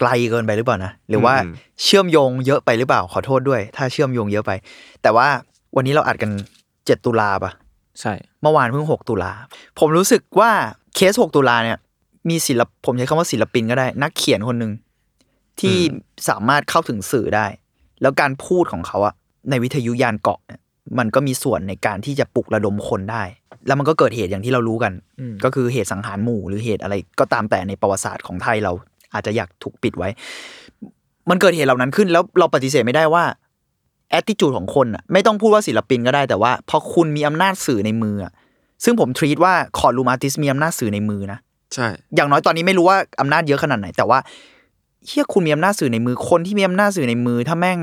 ไกลเกินไปหรือเปล่านะหรือว่า อืม เชื่อมโยงเยอะไปหรือเปล่าขอโทษด้วย ถ้าเชื่อมโยงเยอะไป แต่ว่าวันนี้เราอัดกันเจ็ดตุลาปะ ใช่ เมื่อวานเพิ่ง 6 ตุลา ผมรู้สึกว่าเคส 6 ตุลาเนี่ย มีศิลปผมใช้คำว่าศิลปินก็ได้ นักเขียนคนหนึ่งที่สามารถเข้าถึงสื่อได้ แล้วการพูดของเขาอะในวิทยุยานเกาะเนี่ยมันก็มีส่วนในการที่จะปลุกระดมคนได้ แล้วมันก็เกิดเหตุอย่างที่เรารู้กัน อืม ก็คือเหตุสังหารหมู่หรือเหตุอะไรก็ตามแต่ในประวัติศาสตร์ของไทยเราอาจจะอยากถูกปิดไว้ มันเกิดเหตุเหล่านั้นขึ้นแล้วเราปฏิเสธไม่ได้ว่า แอตติจูดของคนน่ะไม่ต้องพูดว่าศิลปินก็ได้แต่ว่า พอคุณมีอำนาจสื่อในมืออะซึ่งผมทรีตว่าคอลูมาติสมีอำนาจสื่อในมือนะ ใช่ อย่างน้อยตอนนี้ไม่รู้ว่าอำนาจเยอะขนาดไหน แต่ว่าเฮียคุณมีอำนาจสื่อในมือคนที่มีอำนาจสื่อในมือ ถ้าแม่ง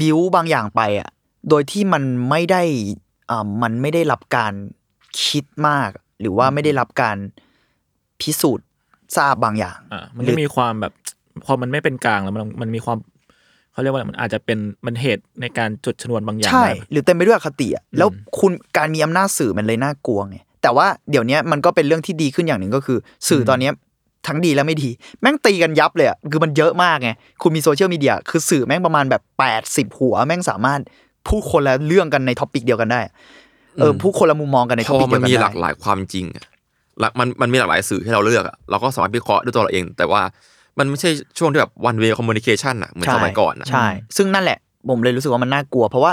บิ้วบางอย่างไปอ่ะโดยที่มันไม่ได้อ่ามันไม่ได้รับการคิดมาก หรือว่าไม่ได้รับการพิสูจน์ทราบบางอย่าง อ่ามันก็มีความแบบพอมันไม่เป็นกลางแล้วมันมันมีความเขาเรียกว่ามันอาจจะเป็นมันเหตุในการจุดชนวนบางอย่าง ใช่ ได้ หรือเต็มไปด้วยอคติอ่ะแล้วคุณการมีอำนาจสื่อมันเลยน่ากลัวไงแต่ว่าเดี๋ยวเนี้ยมันก็เป็นเรื่องที่ดีขึ้นอย่างหนึ่งก็คือ สื่อตอนเนี้ยทั้งดีและไม่ดี แม่งตีกันยับเลยอ่ะคือมันเยอะมากไงคุณมีโซเชียลมีเดียคือสื่อแม่งประมาณแบบ 80 หัว แม่งสามารถพูดคนละเรื่องกันในท็อปิกเดียวกันได้เออ ม พูดคนละมุมมองกันใน พ ท็อ อ ปิกเดียมัน วกัน มีหลา ได้ กหลายความจริงอะหลักมันมันมีหลากหลายสื่อให้เราเลือกอะเราก็สามารถวิเคราะห์ด้วยตัวเราเอง แต่ว่ามันไม่ใช่ช่วงที่แบบ one way communication อะเหมือนสมัยก่อนอะ ใช่ ซึ่งนั่นแหละผมเลยรู้สึกว่ามันน่ากลัว เพราะว่า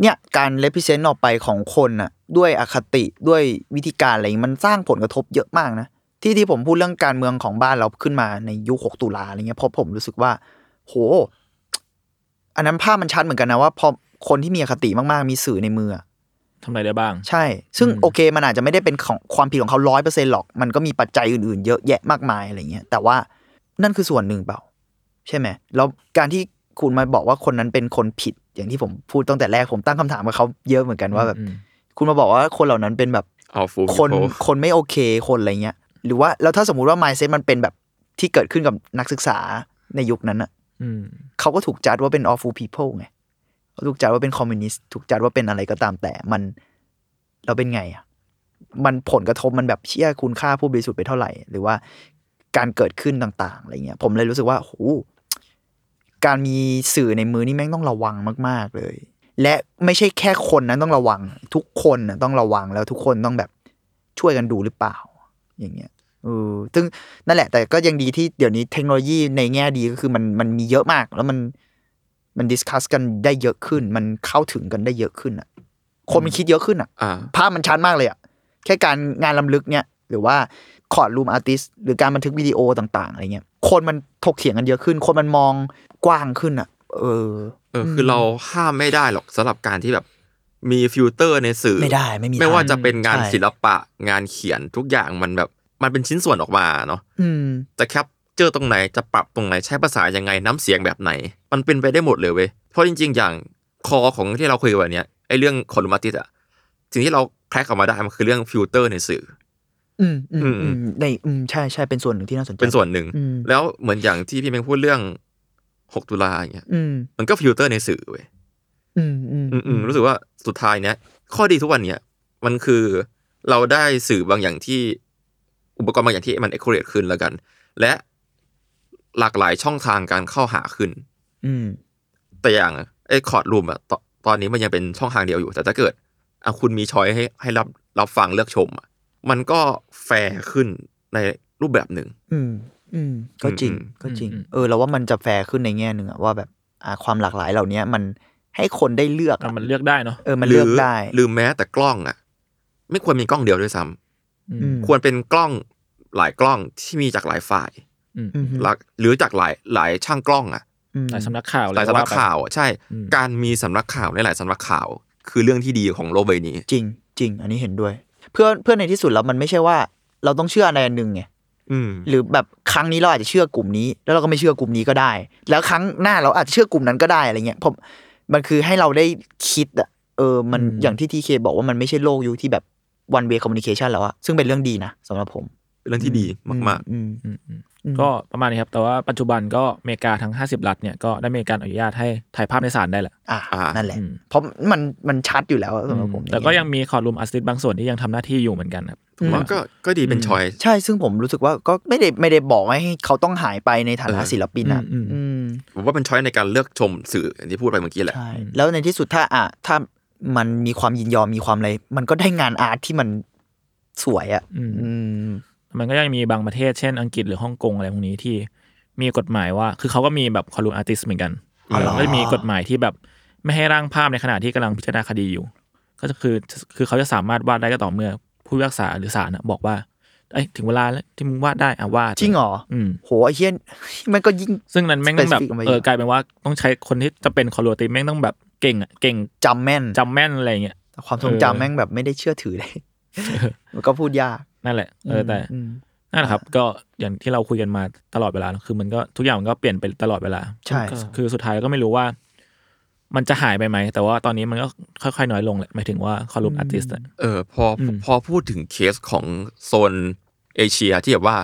เนี่ยการเลพิเซนต์ออกไปของคนอ่ะด้วยอคติด้วยวิธีการอะไรอย่างงี้มันสร้างผลกระทบเยอะมากนะ ที่ที่ผมพูดเรื่องการเมืองของบ้านเราขึ้นมาในยุค 6 ตุลาอะไรเงี้ยเพราะผมรู้สึกว่า โห อันนั้นภาพมันชัดเหมือนกันนะว่าพอคนที่มีอคติมากๆมีสื่อในมืออะ ทำอะไรได้บ้าง ใช่ ซึ่ง อืม โอเคมันอาจจะไม่ได้เป็นของความผิดของเขาร้อยเปอร์เซ็นหรอก มันก็มีปัจจัยอื่นๆ เยอะแยะมากมายอะไรเงี้ยแต่ว่านั่นคือส่วนหนึ่งเปล่า ใช่ไหมแล้วการที่คุณมาบอกว่าคนนั้นเป็นคนผิดอย่างที่ผมพูดตั้งแต่แรกผมตั้งคำถามกับเขาเยอะเหมือนกันว่าแบบ อืม คุณมาบอกว่าคนเหล่านั้นเป็นแบบ เอาฟู คนคนไม่โอเคคนอะไรเงี้ย หรือว่าแล้วถ้าสมมุติว่า mindset มันเป็นแบบที่เกิดขึ้นกับนักศึกษาในยุคนั้นอ่ะ อืม เขาก็ถูกจัดว่าเป็น awful people ไงเขาถูกจัดว่าเป็นคอมมิวนิสต์ถูกจัดว่าเป็นอะไรก็ตามแต่มันเราเป็นไงอ่ะมันผลกระทบมันแบบเชี่ยคุณค่าผู้บริสุทธิ์ไปเท่าไหร่ หรือว่าการเกิดขึ้นต่าง ๆอะไรเงี้ย ผมเลยรู้สึกว่าโหการมีสื่อในมือนี่แม่งต้องระวังมาก ๆเลย และไม่ใช่แค่คนนั้นต้องระวัง ทุกคนน่ะต้องระวังแล้วทุกคนต้องแบบช่วยกันดูหรือเปล่า อย่างเงี้ยเออซึ่งนั่นแหละ แต่ก็ยังดีที่เดี๋ยวนี้เทคโนโลยีในแง่ดีก็คือมันมันมีเยอะมาก แล้วมันมันดิสคัสกันได้เยอะขึ้น มันเข้าถึงกันได้เยอะขึ้นอ่ะ คนมันคิดเยอะขึ้นอ่ะ อ่า ภาพมันชัดมากเลยอ่ะ แค่การงานลำลึกเนี่ย หรือว่าคอร์ดรูมอาร์ติสหรือการบันทึกวิดีโอต่างๆอะไรเงี้ยคนมันถกเถียงกันเยอะขึ้น คนมันมองกว้างขึ้นอ่ะ เออ เออคือเราห้ามไม่ได้หรอกสำหรับการที่แบบมีฟิลเตอร์ในสื่อ ไม่ได้ไม่มี ไม่ว่า ทาง จะเป็นงาน ใช่ ศิลปะงานเขียนทุกอย่างมันแบบมันเป็นชิ้นส่วนออกมาเนาะ อืม จะแคปเจอตรงไหนจะปรับตรงไหนใช้ภาษายังไงน้ำเสียงแบบไหน มันเป็นไปได้หมดเลยเว้ยเพราะจริง ๆ อย่างคอของที่เราคุยกันวันเนี้ยไอ้เรื่องคอลูมาติสอะสิ่งที่เราแคร็กออกมาได้มันคือเรื่องฟิลเตอร์ในสื่อ อืมอืม อื อื ม มในอืมใช่ใช่เป็นส่วนหนึ่งที่น่าสนใจ เป็นส่วนหนึ่ง อืม แล้วเหมือนอย่างที่พี่เมงพูดเรื่อง 6 ตุลาอย่างเงี้ย อืม มันก็ฟิลเตอร์ในสื่อเว้ย อืมอืม อืมอืมรู้สึกว่าสุดท้ายเนี้ยข้อดีทุกวันเนี้ยมันคือเราได้สื่อบางอย่างที่อุปกรณ์บางอย่างที่มันเอ็กโคเรตขึ้นแล้วกัน และหลากหลายช่องทางการเข้าหาขึ้น อืม แต่อย่างไอ้คอร์ดรูมอะตตอนนี้มันยังเป็นช่องทางเดียวอยู่ แต่ถ้าเกิดอะคุณมีช้อยให้ให้รับรับฟังเลือกชมอะมันก็แฟร์ขึ้นในรูปแบบหนึ่ง อืมอืมก็จริง อืม ก็จริง อืม เออเราว่ามันจะแฟร์ขึ้นในแง่หนึ่งอะว่าแบบอ่าความหลากหลายเหล่านี้มันให้คนได้เลือก แต่ อะ มันเลือกได้เนาะ เออมันเลือก หรื ได้ หรือแม้แต่กล้องอะไม่ควรมีกล้องเดียวด้วยซ้ำ อืม อืม ควรเป็นกล้องหลายกล้องที่มีจากหลายฝ่าย อืม หลักหรือจากหลายหลายช่างกล้องอ่ะ อืม หลายสำนักข่าว หลายสำนักข่าว เย อะใช่ อืม การมีสำนักข่าวในหลายสำนักข่าว คือเรื่องที่ดีของโลกใบนี้ จริงจริง อันนี้เห็นด้วย เพื่อนเพื่อนในที่สุดแล้วมันไม่ใช่ว่า เราต้องเชื่ออะไรอันหนึ่งไง อืม หรือแบบครั้งนี้เราอาจจะเชื่อกลุ่มนี้ แล้วเราก็ไม่เชื่อกลุ่มนี้ก็ได้ แล้วครั้งหน้าเราอาจจะเชื่อกลุ่มนั้นก็ได้อะไรเงี้ยผมมันคือให้เราได้คิดอะเออมัน อืม อย่างที่ทีเคบอกว่ามันไม่ใช่โลกยุคที่แบบ one way communication แล้วอะซึ่งเป็นเรื่องดีนะสำหรับผม เป็นเรื่องที่ดีมาก อืม อืมอืม อืม ก็ประมาณนี้ครับ แต่ว่าปัจจุบันก็อเมริกาทั้ง 50 รัฐเนี่ยก็ได้มีการอนุญาตให้ถ่ายภาพในศาลได้แหละ อ่ะนั่นแหละ อืม เพราะมันมันชัดอยู่แล้วอะสำหรับผม แต่ก็ยังมีคอร์ดรูมอาร์ติสบางส่วนที่ยังทำหน้าที่อยู่เหมือนกันครับ ๆผมว่าก็ก็ดีเป็นชอย ใช่ซึ่งผมรู้สึกว่าก็ไม่ได้ไม่ได้บอกให้เขาต้องหายไปในฐานะศิลปินอะ อืมอืม อืม ผมว่าเป็นชอยในการเลือกชมสื่ออย่างที่พูดไปเมื่อกี้แหละ ใช่ แล้วในที่สุดถ้าอ่ะถ้ามันมีความยินยอมมีความอะไร มันก็ได้งานอาร์ตที่มันสวยอะ่ะ อืม อืม มันก็ยังมีบางประเทศเช่นอังกฤษหรือฮ่องกงอะไรพวกนี้ที่มีกฎหมายว่า คือเขาก็มีแบบคอลูนอาร์ติสเหมือนกัน อ๋อเหรอ ก็จะมีกฎหมายที่แบบไม่ให้ร่างภาพในขณะที่กำลังพิจารณาคดีอยู่ ก็จะคือคือเขาจะสามารถวาดได้ก็ต่อเมื่อผู้พิพากษาหรือศาลน่ะบอกว่าเอ้ยถึงเวลาแล้วที่มึงวาดได้อ่ะวาด จริงเหรอ อืม โหไอ้เฮี้ยน มันก็ยิ่ง ซึ่งนั้นแม่งแบบ Specific ลงไปอีก เออกลายเป็นว่าต้องใช้คนที่จะเป็นคอลูนอาร์ติสแม่งต้องแบบเก่งอะเก่ง จำแม่น จำแม่นอะไรอย่างเงี้ย แต่ความทรง เออ จำแม่งแบบไม่ได้เชื่อถือเลย มันก็พูดยาก นั่นแหละเออแต่ ม นั่นแหละครับก็อย่างที่เราคุยกันมาตลอดเวลาเนอะคือมันก็ทุกอย่างมันก็เปลี่ยนไปตลอดเวลา ใช่ คือสุดท้ายก็ไม่รู้ว่า มันจะหายไปไหม แต่ว่าตอนนี้มันก็ค่อยๆ น้อยลงแหละหมายถึงว่าคอลัมน์อาร์ติสต์ เออพออ ม พอพูดถึงเคสของโซนเอเชียที่แบบว่า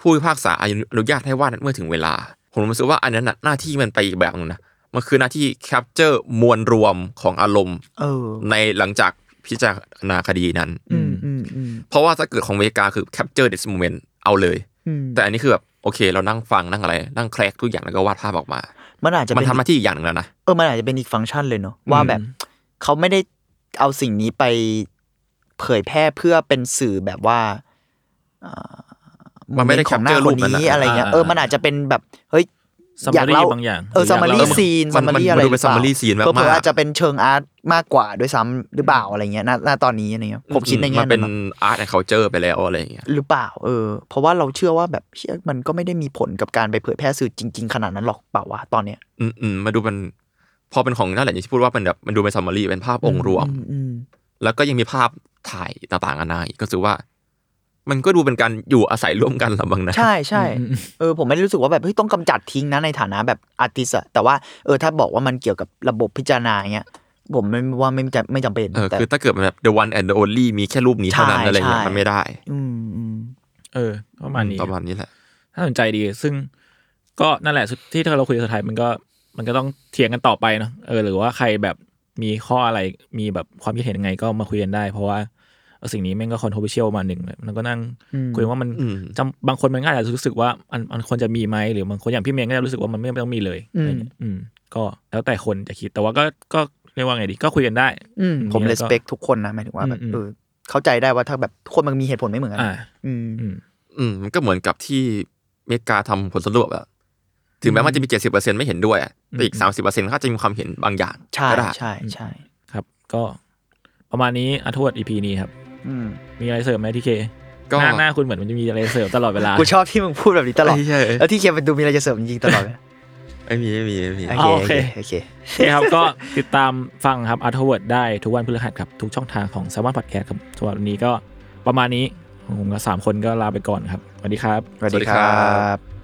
ผู้พิพากษาอนุญาตให้วาดเมื่อถึงเวลา ผมรู้สึกว่าอันนั้นน่ะหน้าที่มันไปอีกแบบหนึงนะมันคือหน้าที่แคปเจอร์มวลรวมของอารมณ์ เออ ในหลังจากพิจารณาคดีนั้น อืมอืมอืม เพราะว่าถ้าเกิดของอเมริกาคือ capture this moment เอาเลย อืม แต่อันนี้คือแบบโอเค เรานั่งฟังนั่งอะไร นั่งแคลกทุกอย่างแล้วก็วาดภาพออกมา มันอาจจะ มัน เป็น ทำหน้าที่อีกอย่างหนึ่งแล้วนะ เออมันอาจจะเป็นอีกฟังก์ชันเลยเนาะว่าแบบเขาไม่ได้เอาสิ่งนี้ไปเผยแพร่เพื่อเป็นสื่อแบบว่าอ่า มันไม่ได้ ของหน้า capture ค รู น ปนั้น นี้ อะ อะไรเงี้ย อ่า เออมันอาจจะเป็นแบบเฮ้ย ซัมมายอาก รี เล่า บางอย่าง เออซัมมารี ยากเล่า ซีนซัมัม น มารี มัน อะไร ดูเป็น summary scene มากๆ เผื่อๆอาจจะเป็นเชิงอาร์ตมากกว่าด้วยซ้ำหรือเปล่าอะไรเงี้ยณณตอนนี้อะไรเงี้ยผมคิดใน มั แง่ นเป็ นั้น นนะ art and culture ไปแล้วอะไรอย่างเงี้ย หรือเปล่าเออเพราะว่าเราเชื่อว่าแบบเชี่ยมันก็ไม่ได้มีผลกับการไปเผยแพร่สื่อจริง ๆ ขนาดนั้นหรอกเปล่าวะตอนเนี้ย อืมอืมมาดูมันพอเป็นของนั่นแหละอย่างที่พูดว่ามันแบบมันดูเป็น summary เป็นภาพองค์รวม อือืม แล้วก็ยังมีภาพถ่ายต่างๆนานาอีกก็คือว่า มันก็ดูเป็นการอยู่อาศัยร่วมกันละบางนะ ใช่ใช่เออผมไม่ได้รู้สึกว่าแบบเฮ้ยต้องกำจัดทิ้งนะในฐานะแบบอาร์ติสอะแต่ว่าเออถ้าบอกว่ามันเกี่ยวกับระบบพิจารณาเงี้ยผมไม่ว่าไม่จำไม่จำเป็น เออ แต่ คือถ้าเกิดมันแบบ the one and the only มีแค่รูปนี้เท่านั้น ใช่ อะไรอย่างเงี้ย ใช่ มันไม่ได้ อืมอืม เออประมาณนี้ ประมาณนี้แหละ ถ้าสนใจดี ซึ่งก็นั่นแหละสุดที่เราคุยกันสุดท้ายมันก็มันก็ต้องเถียงกันต่อไปเนาะเออหรือว่าใครแบบมีข้ออะไรมีแบบความคิดเห็นยังไงก็มาคุยกันได้ เพราะว่าเออสิ่งนี้แม่งก็คอนโทรเวอร์ชียลมาหนึ่งเลยมันก็นั่งคุยว่ามัน อืม จำบางคนมันก็อาจจะรู้สึกว่าอันอันควรจะมีไหมหรือบางคนอย่างพี่เมย์ก็จะรู้สึกว่ามันไม่ต้องมีเลย อืม อืมก็แล้วแต่คนจะคิดแต่ว่าก็ก็เรียกว่าไงดีก็คุยกันได้ อืมผม มีอะไร เล ก็ สเปคทุกคนนะหมายถึงว่าแบบ อืมอืม เออเข้าใจได้ว่าถ้าแบบทุกคนมันมีเหตุผลไม่เหมือนกัน อ่า อืม อืม อืมมันก็เหมือนกับที่อเมริกาทำผลสำรวจอะถึงแม้มันจะมีเจ็ดสิบเปอร์เซ็นไม่เห็นด้วยอะแต่อีก อืม สามสิบเปอร์เซ็นต์เขาจะมีความเห็นบางอย่าง ใช่ ก็ได้ ใช่ใช่ ครับ ก็ประมาณนี้อาทวด EP นี้ครับ อืม มีอะไรเสริมไหมที่เค ก็ หน้าหน้าคุณเหมือนมันจะมีอะไรเสริมตลอดเวลา กูชอบที่มึงพูดแบบนี้ตลอด ไม่ใช่ แล้วที่เคมันดูมีอะไรจะเสริมจริงๆตลอดเลย ไม่มีไม่มีไม่มี อ่ะ โเค โอเค โอเคครับ ก็ติดตามฟังครับอาร์ทเวิร์ดได้ทุกวันพฤหัสครับ ทุกช่องทางของ s ซ l m o n Podcast ครับสำหรับวันนี้ก็ประมาณนี้ผมกับสามคนก็ลาไปก่อนครับสวัสดีครับ สวัสดีครับ